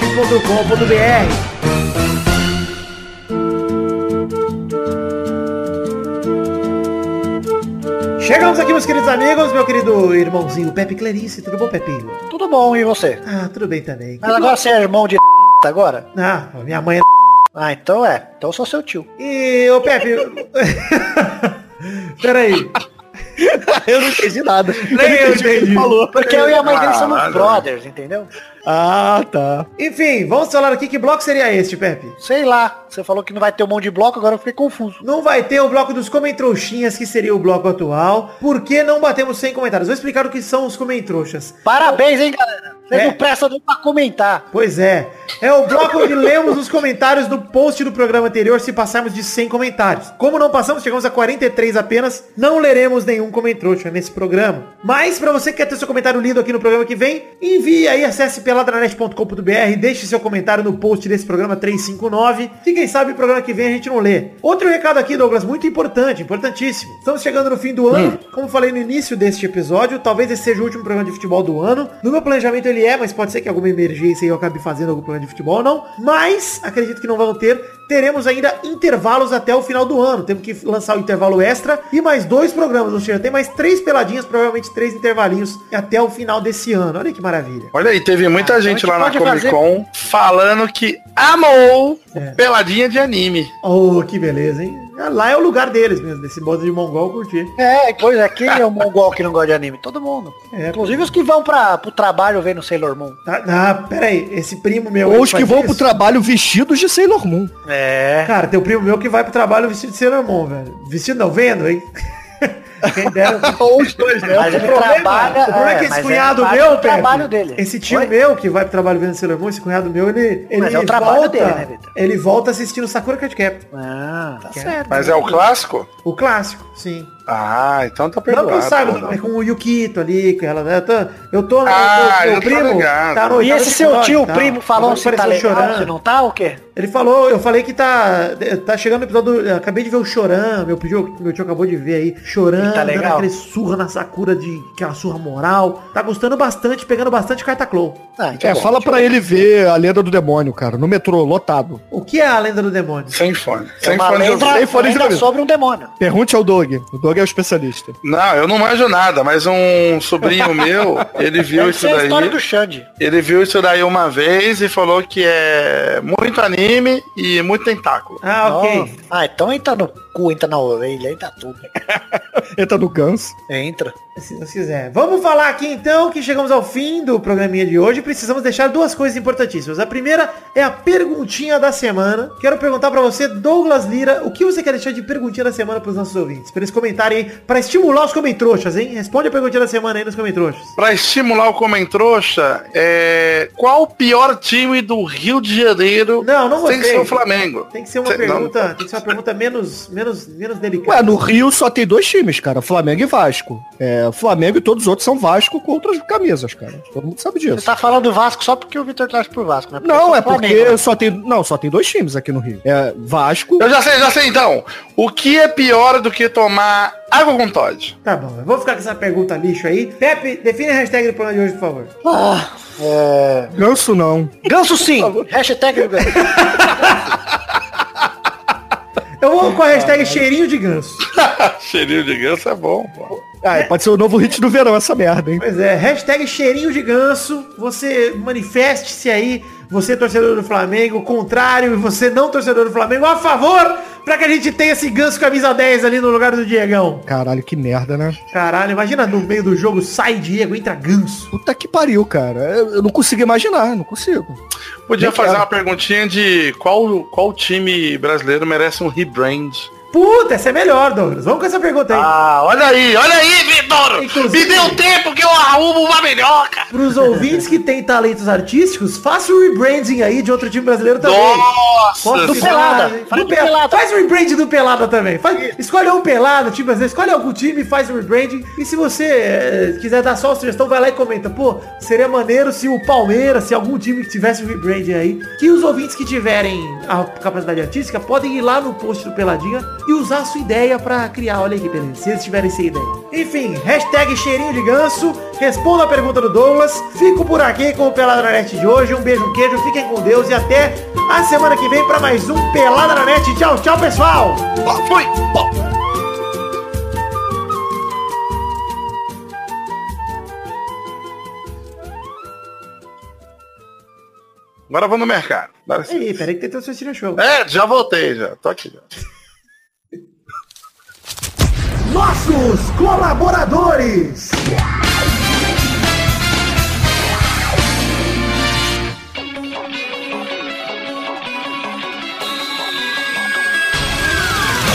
[SPEAKER 3] podcast.peladranet.com.br. Chegamos aqui, meus queridos amigos, meu querido irmãozinho Pepe Clarice. Tudo bom, Pepinho?
[SPEAKER 2] Tudo bom, e você?
[SPEAKER 3] Ah, tudo bem também.
[SPEAKER 2] Mas agora você é irmão de agora?
[SPEAKER 3] Ah, minha mãe é...
[SPEAKER 2] Ah, então é. Então eu sou seu tio.
[SPEAKER 3] E, ô Pepe... Peraí.
[SPEAKER 4] Eu não entendi nada.
[SPEAKER 3] Nem eu
[SPEAKER 4] o que ele
[SPEAKER 3] entendi.
[SPEAKER 4] falou.
[SPEAKER 2] Porque eu e a mãe dele somos
[SPEAKER 5] Caralho.
[SPEAKER 2] brothers, entendeu?
[SPEAKER 4] Ah, tá.
[SPEAKER 3] Enfim, vamos falar aqui que bloco seria este, Pepe?
[SPEAKER 2] Sei lá. Você falou que não vai ter um monte de bloco, agora eu fiquei confuso.
[SPEAKER 3] Não vai ter o bloco dos comentrouxinhas, que seria o bloco atual. Por que não batemos 100 comentários? Vou explicar o que são os comentrouxas.
[SPEAKER 2] Parabéns, hein, galera? Vocês
[SPEAKER 3] É.
[SPEAKER 2] não prestam nem pra comentar.
[SPEAKER 3] Pois é. É o bloco onde lemos os comentários do post do programa anterior se passarmos de 100 comentários. Como não passamos, chegamos a 43 apenas, não leremos nenhum comentrouxa nesse programa. Mas pra você que quer ter seu comentário lido aqui no programa que vem, envie aí, acesse peladranet.com.br, deixe seu comentário no post desse programa 359 e quem sabe o programa que vem a gente não lê. Outro recado aqui, Douglas, muito importante, importantíssimo. Estamos chegando no fim do ano, como falei no início deste episódio, talvez esse seja o último programa de futebol do ano. No meu planejamento ele é, mas pode ser que alguma emergência eu acabe fazendo algum programa de futebol ou não. Mas, acredito que não vão ter. Teremos ainda intervalos até o final do ano. Temos que lançar o intervalo extra e mais dois programas, ou seja, tem mais três peladinhas, provavelmente três intervalinhos até o final desse ano. Olha que maravilha.
[SPEAKER 5] Olha aí, teve muita
[SPEAKER 2] Ah,
[SPEAKER 5] gente
[SPEAKER 2] então a
[SPEAKER 5] lá na
[SPEAKER 2] gente
[SPEAKER 5] Comic
[SPEAKER 2] pode
[SPEAKER 5] Con falando que amou
[SPEAKER 3] É.
[SPEAKER 5] peladinha de anime.
[SPEAKER 3] Oh, que beleza, hein? Lá é o lugar deles mesmo, desse modo de mongol curtir.
[SPEAKER 2] É, pois é, quem é o mongol que não gosta de anime? Todo mundo.
[SPEAKER 3] É.
[SPEAKER 2] Inclusive os que vão pra, pro trabalho vendo Sailor Moon.
[SPEAKER 3] Ah, ah, pera aí, esse primo meu...
[SPEAKER 4] Ou
[SPEAKER 3] ele
[SPEAKER 4] os que
[SPEAKER 3] faz
[SPEAKER 4] vão
[SPEAKER 3] isso?
[SPEAKER 4] pro trabalho vestidos de Sailor Moon.
[SPEAKER 2] É.
[SPEAKER 3] Cara, tem um primo meu que vai pro trabalho vestido de Sailor Moon, velho. Vestido não, vendo, hein? Quem dera...
[SPEAKER 4] Ou os dois, né?
[SPEAKER 2] Mas
[SPEAKER 3] O
[SPEAKER 2] ele
[SPEAKER 3] problema-
[SPEAKER 2] trabalha...
[SPEAKER 3] o problema é que
[SPEAKER 2] mas
[SPEAKER 3] esse cunhado
[SPEAKER 2] parte
[SPEAKER 3] meu,
[SPEAKER 2] do
[SPEAKER 3] Pepe,
[SPEAKER 2] trabalho dele.
[SPEAKER 3] esse tio
[SPEAKER 2] Oi?
[SPEAKER 3] meu que vai pro trabalho vendo Sailor Moon, esse cunhado meu, ele, ele
[SPEAKER 2] Mas é o trabalho dele, né, Vitor?
[SPEAKER 3] ele volta assistindo Sakura Card Cap,
[SPEAKER 2] Ah, tá
[SPEAKER 3] Que é-
[SPEAKER 2] certo.
[SPEAKER 5] Mas é o clássico?
[SPEAKER 3] o clássico, sim.
[SPEAKER 5] Ah, então tá
[SPEAKER 3] Não
[SPEAKER 5] perdoado.
[SPEAKER 3] que eu saiba,
[SPEAKER 5] não.
[SPEAKER 3] é com o Yukito ali, com ela, né? eu tô, eu tô,
[SPEAKER 5] Ah,
[SPEAKER 3] meu
[SPEAKER 5] eu tô
[SPEAKER 3] primo,
[SPEAKER 5] ligado.
[SPEAKER 3] tá no
[SPEAKER 2] E
[SPEAKER 3] oitavo
[SPEAKER 2] esse seu
[SPEAKER 3] episódio,
[SPEAKER 2] tio,
[SPEAKER 3] tá?
[SPEAKER 2] primo, falou
[SPEAKER 3] Agora
[SPEAKER 2] se tá legal,
[SPEAKER 3] apareceu
[SPEAKER 2] se não tá, o quê?
[SPEAKER 3] Ele falou, eu falei que tá. Tá chegando o episódio. do- acabei de ver o Choran, meu tio, meu tio acabou de ver aí. Choran,
[SPEAKER 2] E tá
[SPEAKER 3] dando
[SPEAKER 2] legal?
[SPEAKER 3] aquele surra na Sakura de. aquela surra moral. Tá gostando bastante, pegando bastante carta Claw.
[SPEAKER 2] Ah, então
[SPEAKER 4] É,
[SPEAKER 2] bom.
[SPEAKER 4] fala pra ele ver a lenda do demônio, cara, no metrô, lotado.
[SPEAKER 3] O que é a lenda do demônio?
[SPEAKER 5] Sem fone.
[SPEAKER 2] É
[SPEAKER 5] Sem
[SPEAKER 2] uma
[SPEAKER 5] fone. de
[SPEAKER 2] lenda,
[SPEAKER 5] ouvido.
[SPEAKER 4] sem fone de
[SPEAKER 2] lenda
[SPEAKER 4] ouvido.
[SPEAKER 2] sobre um demônio.
[SPEAKER 4] Pergunte ao Doug. O Doug é o especialista.
[SPEAKER 5] Não, eu não manjo nada, mas um sobrinho meu, ele viu
[SPEAKER 2] Deve
[SPEAKER 5] isso
[SPEAKER 2] ser É a
[SPEAKER 5] daí.
[SPEAKER 2] história do Xande.
[SPEAKER 5] Ele viu isso daí uma vez e falou que é muito anime e muito tentáculo.
[SPEAKER 3] Ah, ok.
[SPEAKER 2] Nossa. Ah, então entra no cu, entra na orelha, entra tudo.
[SPEAKER 4] Entra no Guns.
[SPEAKER 2] Entra.
[SPEAKER 3] Se Deus quiser. Vamos falar aqui então que chegamos ao fim do programinha de hoje. Precisamos deixar duas coisas importantíssimas. A primeira é a perguntinha da semana. Quero perguntar pra você, Douglas Lira, o que você quer deixar de perguntinha da semana pros nossos ouvintes? Pra eles comentarem aí, pra estimular os comentroxas, hein? Responde a perguntinha da semana aí nos comentroxas.
[SPEAKER 5] Pra estimular o Comentrouxa, é... qual o pior time do Rio de Janeiro
[SPEAKER 3] Não, não
[SPEAKER 5] sem
[SPEAKER 3] gostei.
[SPEAKER 5] ser o Flamengo?
[SPEAKER 3] Tem que ser uma
[SPEAKER 5] Sei- não.
[SPEAKER 3] pergunta, tem que ser uma pergunta menos, menos, menos
[SPEAKER 4] Ué,
[SPEAKER 3] delicada.
[SPEAKER 4] no Rio só tem dois times, cara. Flamengo e Vasco. É, Flamengo e todos os outros são Vasco com outras camisas, cara. Todo mundo sabe
[SPEAKER 2] Você
[SPEAKER 4] disso.
[SPEAKER 2] tá falando do Vasco só porque o Vitor traz pro Vasco, né? Porque eu
[SPEAKER 4] Não,
[SPEAKER 2] sou
[SPEAKER 4] é
[SPEAKER 2] Flamengo,
[SPEAKER 4] porque
[SPEAKER 2] né?
[SPEAKER 4] só tem. Não, só tem dois times aqui no Rio. É Vasco.
[SPEAKER 5] Eu já sei, já sei então. O que é pior do que tomar água com Todd?
[SPEAKER 3] Tá bom, eu vou ficar com essa pergunta lixo aí. Pepe, define a hashtag do programa de hoje, por favor.
[SPEAKER 2] Ah, é...
[SPEAKER 4] Ganso não.
[SPEAKER 2] Ganso sim. Hashtag do Ganso.
[SPEAKER 3] Eu vou Então com a hashtag cheirinho de ganso.
[SPEAKER 5] Ah, Cheirinho de ganso é bom, pô.
[SPEAKER 4] Ah, e pode ser o novo hit do verão essa merda, hein?
[SPEAKER 3] Pois é, hashtag cheirinho de ganso. Você manifeste-se aí, você torcedor do Flamengo, contrário, e você não torcedor do Flamengo, a favor, pra que a gente tenha esse ganso camisa 10 ali no lugar do Diegão.
[SPEAKER 4] Caralho, que merda, né?
[SPEAKER 3] Caralho, imagina no meio do jogo, sai Diego, entra ganso.
[SPEAKER 4] Puta que pariu, cara. Eu eu não consigo imaginar, não consigo.
[SPEAKER 5] Podia
[SPEAKER 4] Nem
[SPEAKER 5] fazer
[SPEAKER 4] quero.
[SPEAKER 5] uma perguntinha de qual, qual time brasileiro merece um rebrand?
[SPEAKER 3] Puta, essa é melhor, Douglas. Vamos com essa pergunta aí.
[SPEAKER 5] Ah, olha aí, olha aí, Vitor!
[SPEAKER 3] Inclusive-
[SPEAKER 5] Me deu tempo que eu arrumo uma melhor, cara!
[SPEAKER 3] Pros ouvintes que têm talentos artísticos, faça o rebranding aí de outro time brasileiro também.
[SPEAKER 5] Nossa!
[SPEAKER 3] do
[SPEAKER 5] senhora.
[SPEAKER 3] Pelada.
[SPEAKER 2] Pelada. Faz
[SPEAKER 3] Do
[SPEAKER 2] do
[SPEAKER 3] Pel-
[SPEAKER 2] Pelada.
[SPEAKER 3] Faz o rebrand do Pelada também. Faz, escolhe um Pelada, time brasileiro, escolhe algum time, faz o rebranding. E se você eh, quiser dar só uma sugestão, vai lá e comenta. Pô, seria maneiro se o Palmeiras, se algum time que tivesse um o rebranding aí, que os ouvintes que tiverem a capacidade artística podem ir lá no post do Peladinha e usar a sua ideia pra criar. Olha aí que beleza, se eles tiverem essa ideia. Enfim, hashtag cheirinho de ganso, responda a pergunta do Douglas. Fico por aqui com o Pelada na Net de hoje. Um beijo, um queijo, fiquem com Deus e até a semana que vem pra mais um Pelada na Net. Tchau, tchau, pessoal!
[SPEAKER 5] Pô, Foi! Pô. Agora vamos no mercado. Agora sim.
[SPEAKER 3] Ei, peraí que tem teu seu show.
[SPEAKER 5] É, já voltei já. Tô aqui já.
[SPEAKER 3] Nossos colaboradores!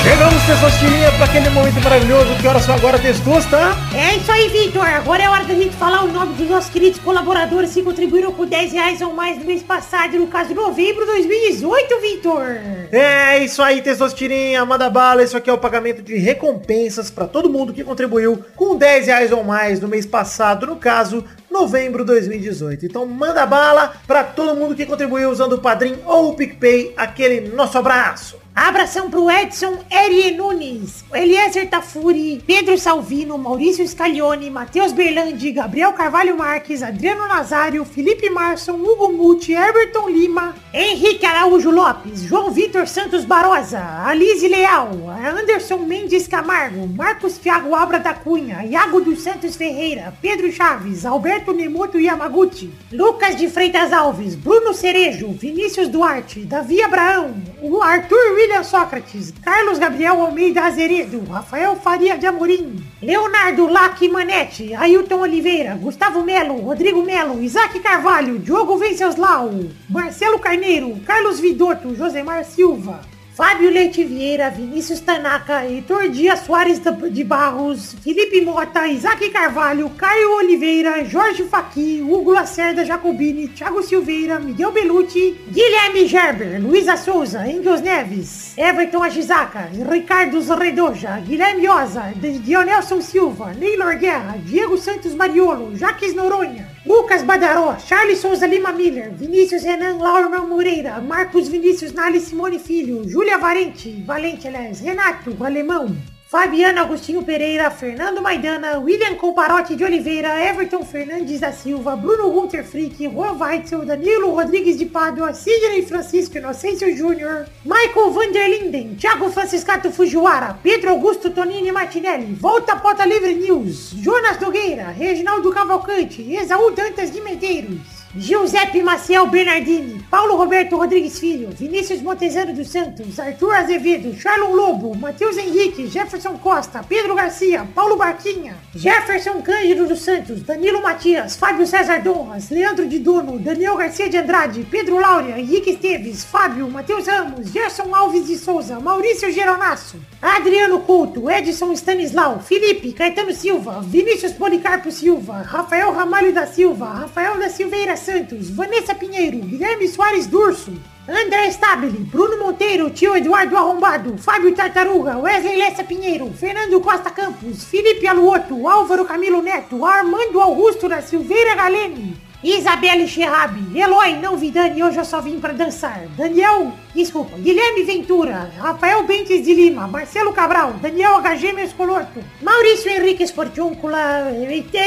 [SPEAKER 3] Chegamos, pessoas tirinha, para aquele momento maravilhoso que horas são agora, Testosta? tá?
[SPEAKER 7] É isso aí, Vitor. Agora é hora da gente falar o nome dos nossos queridos colaboradores que contribuíram com 10 reais ou mais no mês passado, no caso de novembro de 2018, Vitor.
[SPEAKER 3] É isso aí, Testosterinha, manda bala. Isso aqui é o pagamento de recompensas para todo mundo que contribuiu com 10 reais ou mais no mês passado, no caso, novembro de 2018. Então manda bala para todo mundo que contribuiu usando o Padrim ou o PicPay, aquele nosso abraço.
[SPEAKER 7] Abração pro Edson Erie Nunes, Eliezer Tafuri, Pedro Salvino, Maurício Scaglione, Matheus Berlandi, Gabriel Carvalho Marques, Adriano Nazário, Felipe Marson, Hugo Muti, Everton Lima, Henrique Araújo Lopes, João Vitor Santos Barosa, Alize Leal, Anderson Mendes Camargo, Marcos Thiago Abra da Cunha, Iago dos Santos Ferreira, Pedro Chaves, Alberto Nemoto Yamaguchi, Lucas de Freitas Alves, Bruno Cerejo, Vinícius Duarte, Davi Abraão, o Arthur William Sócrates, Carlos Gabriel Almeida Azeredo, Rafael Faria de Amorim, Leonardo Lac Manete, Ailton Oliveira, Gustavo Melo, Rodrigo Melo, Isaac Carvalho, Diogo Venceslau, Marcelo Carneiro, Carlos Vidotto, Josemar Silva, Fábio Leite Vieira, Vinícius Tanaka, Heitor Dias Soares da- de Barros, Felipe Mota, Isaac Carvalho, Caio Oliveira, Jorge Faqui, Hugo Lacerda Jacobini, Thiago Silveira, Miguel Belucci, Guilherme Gerber, Luísa Souza, Engels Neves, Everton Ajizaka, Ricardo Redoja, Guilherme Oza, De- Dionelson Silva, Neylor Guerra, Diego Santos Mariolo, Jaques Noronha, Lucas Badaró, Charles Souza Lima Miller, Vinícius Renan Laurman Moreira, Marcos Vinícius Nali Simone Filho, Júlia Valente, Valente aliás, Renato, Alemão, Fabiano Agostinho Pereira, Fernando Maidana, William Comparote de Oliveira, Everton Fernandes da Silva, Bruno Gunter Frick, Juan Weitzel, Danilo Rodrigues de Pádua, Sidney Francisco Inocêncio Júnior, Michael Vanderlinden, Thiago Franciscato Fujiwara, Pedro Augusto Tonini Martinelli, Volta à Pauta Livre News, Jonas Nogueira, Reginaldo Cavalcante, Exaú Dantas de Medeiros, Giuseppe Maciel Bernardini, Paulo Roberto Rodrigues Filho, Vinícius Montezano dos Santos, Arthur Azevedo, Charlon Lobo, Matheus Henrique, Jefferson Costa, Pedro Garcia, Paulo Barquinha, Jefferson Cândido dos Santos, Danilo Matias, Fábio César Donras, Leandro de Dono, Daniel Garcia de Andrade, Pedro Laura, Henrique Esteves, Fábio, Matheus Ramos, Gerson Alves de Souza, Maurício Geronasso, Adriano Couto, Edson Stanislau, Felipe, Caetano Silva, Vinícius Policarpo Silva, Rafael Ramalho da Silva, Rafael da Silveira Santos, Vanessa Pinheiro, Guilherme Soares Durso, André Stabile, Bruno Monteiro, tio Eduardo Arrombado, Fábio Tartaruga, Wesley Lessa Pinheiro, Fernando Costa Campos, Felipe Aluoto, Álvaro Camilo Neto, Armando Augusto da Silveira Galene, Isabelle Xerrabi, Eloy não vi Dani, hoje eu só vim pra dançar. Daniel, desculpa, Guilherme Ventura, Rafael Bentes de Lima, Marcelo Cabral, Daniel HG Mescolorto, Maurício Henrique Esportiúncula,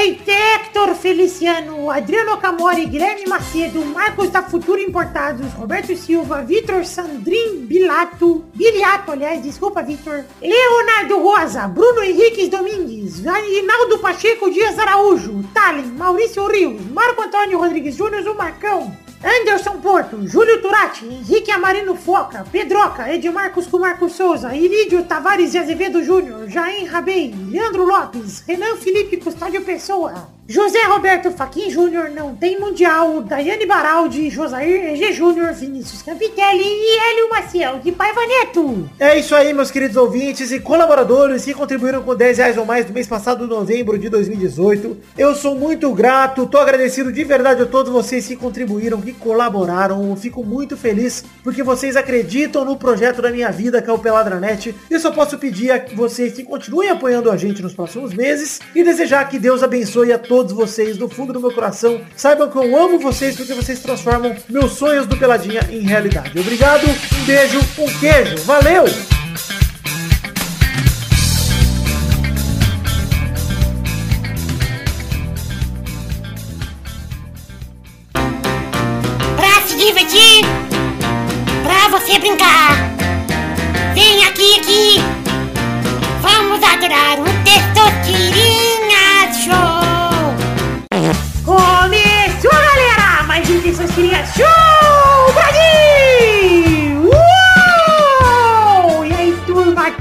[SPEAKER 7] Hector Feliciano, Adriano Camori, Guilherme Macedo, Marcos da Futura Importados, Roberto Silva, Vitor Sandrin Bilato, Biliato, aliás, desculpa, Vitor, Leonardo Rosa, Bruno Henrique Domingues, Reinaldo Pacheco Dias Araújo, Tallin, Maurício Rios, Marco Antônio Rodrigues Júnior, o Marcão, Anderson Porto, Júlio Turati, Henrique Amarino Foca, Pedroca, Edmarcos com Marcos Souza, Irídio Tavares de Azevedo Júnior, Jaim Rabei, Leandro Lopes, Renan Felipe Custódio Pessoa, José Roberto Faquin Júnior, Não Tem Mundial, Daiane Baraldi, Josair EG Júnior, Vinícius Campitelli e Hélio Maciel de Paiva Neto.
[SPEAKER 3] É isso aí, meus queridos ouvintes e colaboradores que contribuíram com 10 reais ou mais no mês passado, novembro de 2018. Eu sou muito grato, tô agradecido de verdade a todos vocês que contribuíram, que colaboraram. Eu fico muito feliz porque vocês acreditam no projeto da minha vida, que é o Peladranet. Eu só posso pedir a vocês que continuem apoiando a gente nos próximos meses e desejar que Deus abençoe a todos vocês do fundo do meu coração. Saibam que eu amo vocês porque vocês transformam meus sonhos do Peladinha em realidade. Obrigado, um beijo, um queijo. Valeu!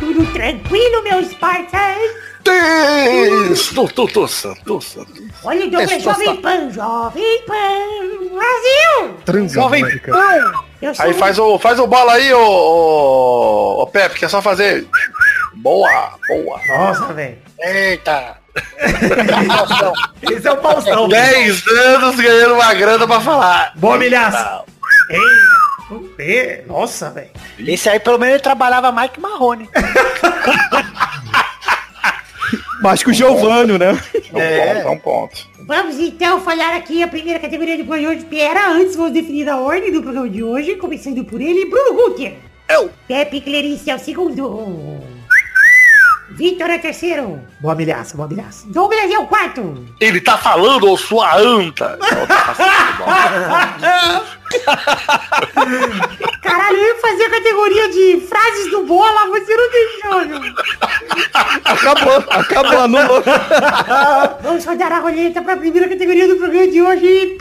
[SPEAKER 7] um tranquilo, meu Spartans.
[SPEAKER 5] Deus, tô, tô, tossando, tossando.
[SPEAKER 7] Olha o Douglas, Jovem Pan, Jovem Pan, Brasil.
[SPEAKER 2] Jovem
[SPEAKER 4] né,
[SPEAKER 7] Pan. Eu sou
[SPEAKER 5] Aí faz o, faz o bola aí, ô, ô, ô Pepe, que é só fazer. Boa, boa.
[SPEAKER 3] Nossa, velho.
[SPEAKER 2] Eita.
[SPEAKER 3] Esse é o Faustão.
[SPEAKER 5] 10 anos ganhando uma grana pra falar.
[SPEAKER 3] Boa, milhaça. Ei, não tem. Nossa, velho.
[SPEAKER 2] Esse aí pelo menos ele trabalhava mais que Marrone.
[SPEAKER 4] Mais que o Giovanni, né?
[SPEAKER 5] É um ponto, é um ponto.
[SPEAKER 7] Vamos então falar aqui a primeira categoria do programa de hoje. Pera, antes vamos definir a ordem do programa de hoje, começando por ele, Bruno Guter.
[SPEAKER 5] Eu.
[SPEAKER 7] Pepe Clerice é o segundo. Vitor é o terceiro.
[SPEAKER 3] Boa milhaça, boa milhaça.
[SPEAKER 7] Douglas é o quarto.
[SPEAKER 5] Ele tá falando, ô sua anta. Não, tá passando mal.
[SPEAKER 7] Caralho, eu ia fazer a categoria de frases do bola, você não deixou, meu.
[SPEAKER 4] Acabou, acabou, anulou.
[SPEAKER 7] Vamos rodar a roleta para a primeira categoria do programa de hoje.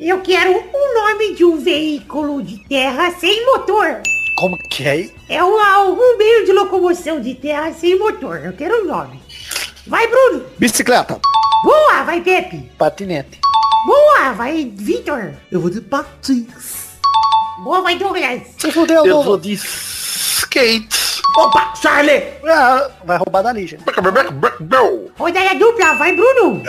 [SPEAKER 7] Eu quero o nome de um veículo de terra sem motor.
[SPEAKER 2] Como que é?
[SPEAKER 7] É um, algum meio de locomoção de terra sem motor. Eu quero o nome. Vai, Bruno.
[SPEAKER 4] Bicicleta.
[SPEAKER 7] Boa, vai, Pepe.
[SPEAKER 2] Patinete.
[SPEAKER 7] Boa, vai, Vitor.
[SPEAKER 3] Eu vou de patins.
[SPEAKER 7] Boa, vai, Douglas.
[SPEAKER 2] Se fudeu,
[SPEAKER 5] Eu
[SPEAKER 2] Douglas.
[SPEAKER 5] vou de skate.
[SPEAKER 3] Opa, Charlie.
[SPEAKER 2] Ah, vai roubar da Lígia.
[SPEAKER 7] Rodada dupla, vai, Bruno.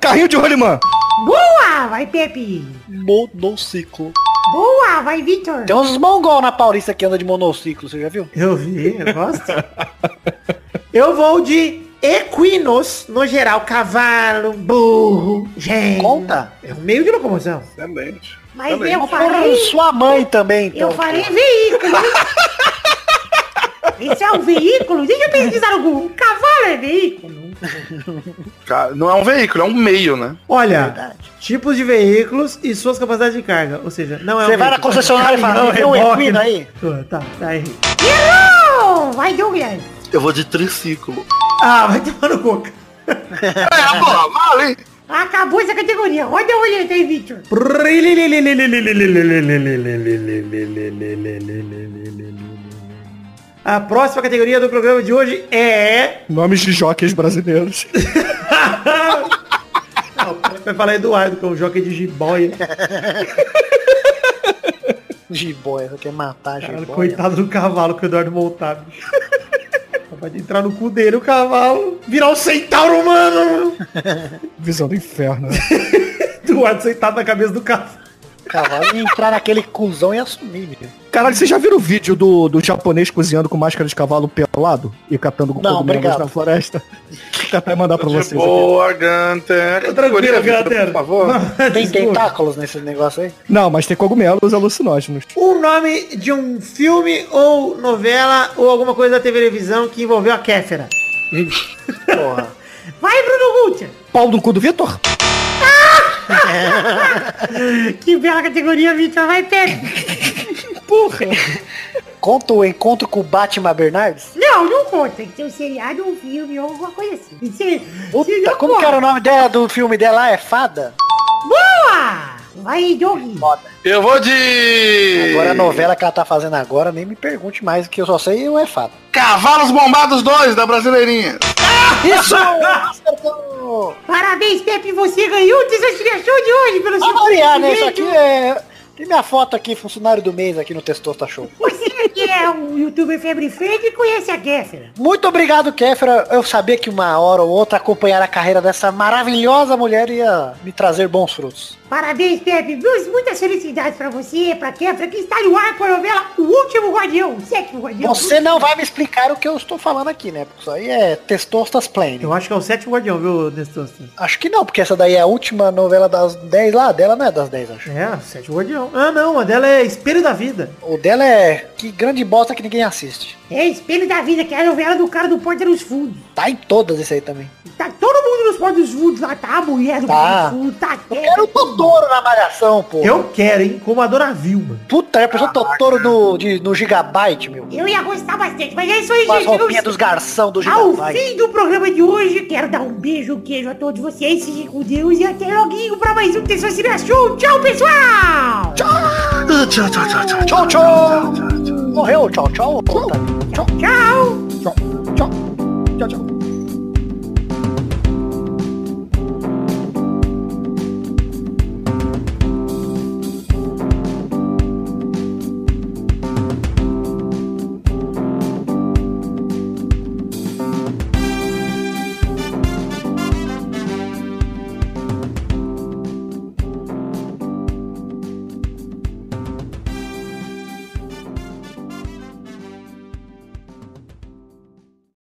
[SPEAKER 4] Carrinho de rolimã.
[SPEAKER 7] Boa, vai, Pepe.
[SPEAKER 2] Monociclo.
[SPEAKER 7] Boa, vai, Vitor.
[SPEAKER 2] Tem uns mongol na Paulista que anda de monociclo, você já viu?
[SPEAKER 3] Eu vi, eu gosto. eu vou de equinos, no geral, cavalo, burro, gente.
[SPEAKER 2] Conta.
[SPEAKER 3] É um meio de locomoção.
[SPEAKER 5] Excelente.
[SPEAKER 7] Mas eu
[SPEAKER 2] Porra,
[SPEAKER 7] falei,
[SPEAKER 2] sua mãe também, então.
[SPEAKER 7] eu falei veículo. Isso é um veículo? Deixa eu pesquisar no Google. Cavalo é veículo?
[SPEAKER 5] Cara, Não é um veículo, é um meio, né?
[SPEAKER 3] Olha, tipos de veículos e suas capacidades de carga. Ou seja, não é
[SPEAKER 2] Você vai na concessionária e fala, não, tem um equino aí?
[SPEAKER 3] aí. Tá, tá aí.
[SPEAKER 7] Errou! Vai, Douglas.
[SPEAKER 5] Eu vou de triciclo.
[SPEAKER 3] Ah, vai tomar no coca.
[SPEAKER 5] É, pô, vale.
[SPEAKER 7] Acabou essa categoria. Roda a olhada aí, Vitor.
[SPEAKER 3] A próxima categoria do programa de hoje é...
[SPEAKER 4] Nomes de jockeys brasileiros.
[SPEAKER 3] Não, vai falar Eduardo, que é um jockey de jiboia.
[SPEAKER 2] Jiboia, você quer matar
[SPEAKER 3] Cara,
[SPEAKER 2] jiboia.
[SPEAKER 3] coitado do cavalo que o Eduardo montar, bicho. Pode entrar no cu dele o cavalo, virar um centauro humano.
[SPEAKER 4] Visão do inferno. né?
[SPEAKER 3] Eduardo sentado na cabeça do cavalo.
[SPEAKER 2] Cavalo e entrar naquele cuzão e assumir, meu.
[SPEAKER 4] Caralho, vocês já viram o vídeo do, do japonês cozinhando com máscara de cavalo pelado e catando cogumelos
[SPEAKER 2] obrigado.
[SPEAKER 4] na floresta? Vou tentar mandar pra vocês. aqui.
[SPEAKER 5] Boa, Gunter.
[SPEAKER 3] Tranquilo,
[SPEAKER 5] Categoria,
[SPEAKER 3] Gunter.
[SPEAKER 5] Por favor.
[SPEAKER 2] Tem tentáculos nesse negócio aí?
[SPEAKER 4] Não, mas tem cogumelos alucinógenos.
[SPEAKER 3] O nome de um filme ou novela ou alguma coisa da televisão que envolveu a Kéfera.
[SPEAKER 2] Porra.
[SPEAKER 7] Vai, Bruno Guter.
[SPEAKER 4] Pau no cu do Vitor?
[SPEAKER 7] Que bela categoria, Vitor. Vai, Pepe.
[SPEAKER 2] Conta o encontro com o Batman Bernardes?
[SPEAKER 7] Não, não conta. Tem que ser um seriado, um filme ou alguma coisa assim. Tem que ser... se
[SPEAKER 2] Puta,
[SPEAKER 7] não
[SPEAKER 2] como que era o nome dela, do filme dela? É Fada?
[SPEAKER 7] Boa! Vai, Douglas.
[SPEAKER 2] Foda.
[SPEAKER 5] Eu vou de...
[SPEAKER 2] Agora a novela que ela tá fazendo agora, nem me pergunte mais, que eu só sei eu é Fada.
[SPEAKER 5] Cavalos Bombados 2, da Brasileirinha.
[SPEAKER 2] Isso! Ah, Acertou!
[SPEAKER 7] Parabéns, Pepe. Você ganhou o desafiação de hoje pelo
[SPEAKER 2] Só
[SPEAKER 7] seu
[SPEAKER 2] pra variar, né? Isso
[SPEAKER 7] conhecimento.
[SPEAKER 2] aqui é... Tem minha foto aqui, funcionário do mês aqui no Testou Tá Show.
[SPEAKER 7] Você que é um youtuber febre fake e conhece a Kéfera.
[SPEAKER 2] Muito obrigado, Kéfera. Eu sabia que uma hora ou outra acompanhar a carreira dessa maravilhosa mulher ia me trazer bons frutos.
[SPEAKER 7] Parabéns, Pepe. Meus- Muitas felicidades pra você, pra Kéfera, que está no ar com a novela O Último Guardião. é O sétimo Guardião.
[SPEAKER 2] Você não vai me explicar o que eu estou falando aqui, né? Porque isso aí é Testostas Plain.
[SPEAKER 3] Eu acho que é o sétimo guardião, viu, Nestor?
[SPEAKER 2] Acho que não, porque essa daí é a última novela das 10 lá. A dela não é das 10, acho.
[SPEAKER 3] É, o sétimo guardião. Ah, não, a dela é Espelho da Vida.
[SPEAKER 2] O dela é que grande bosta que ninguém assiste.
[SPEAKER 7] É espelho da vida, que é a novela do cara do Porta dos Fundos.
[SPEAKER 2] Tá em todas esse aí também.
[SPEAKER 7] Tá todo mundo nos Porta dos Fundos lá, tá? A mulher do
[SPEAKER 2] Tá.
[SPEAKER 7] Porta dos Fundos, tá
[SPEAKER 2] Eu quero o Totoro na malhação, pô.
[SPEAKER 3] Eu quero, hein? Como a Dona Vilma.
[SPEAKER 2] Puta, já pensou o Totoro do, de- no Gigabyte, meu?
[SPEAKER 7] Eu ia gostar bastante, mas é isso aí,
[SPEAKER 2] Com as
[SPEAKER 7] gente. Vamos
[SPEAKER 2] roupinhas dos garção do
[SPEAKER 7] Ao
[SPEAKER 2] Gigabyte.
[SPEAKER 7] fim do programa de hoje, quero dar um beijo, um queijo a todos vocês, fiquem com Deus e até loguinho pra mais um Tessocina Show. Tchau, pessoal! Tchau,
[SPEAKER 5] Tchau, tchau, tchau, tchau.
[SPEAKER 2] Tchau, tchau. Morreu, tchau, tchau. Puta.
[SPEAKER 7] tchau!
[SPEAKER 4] Tchau, tchau, tchau.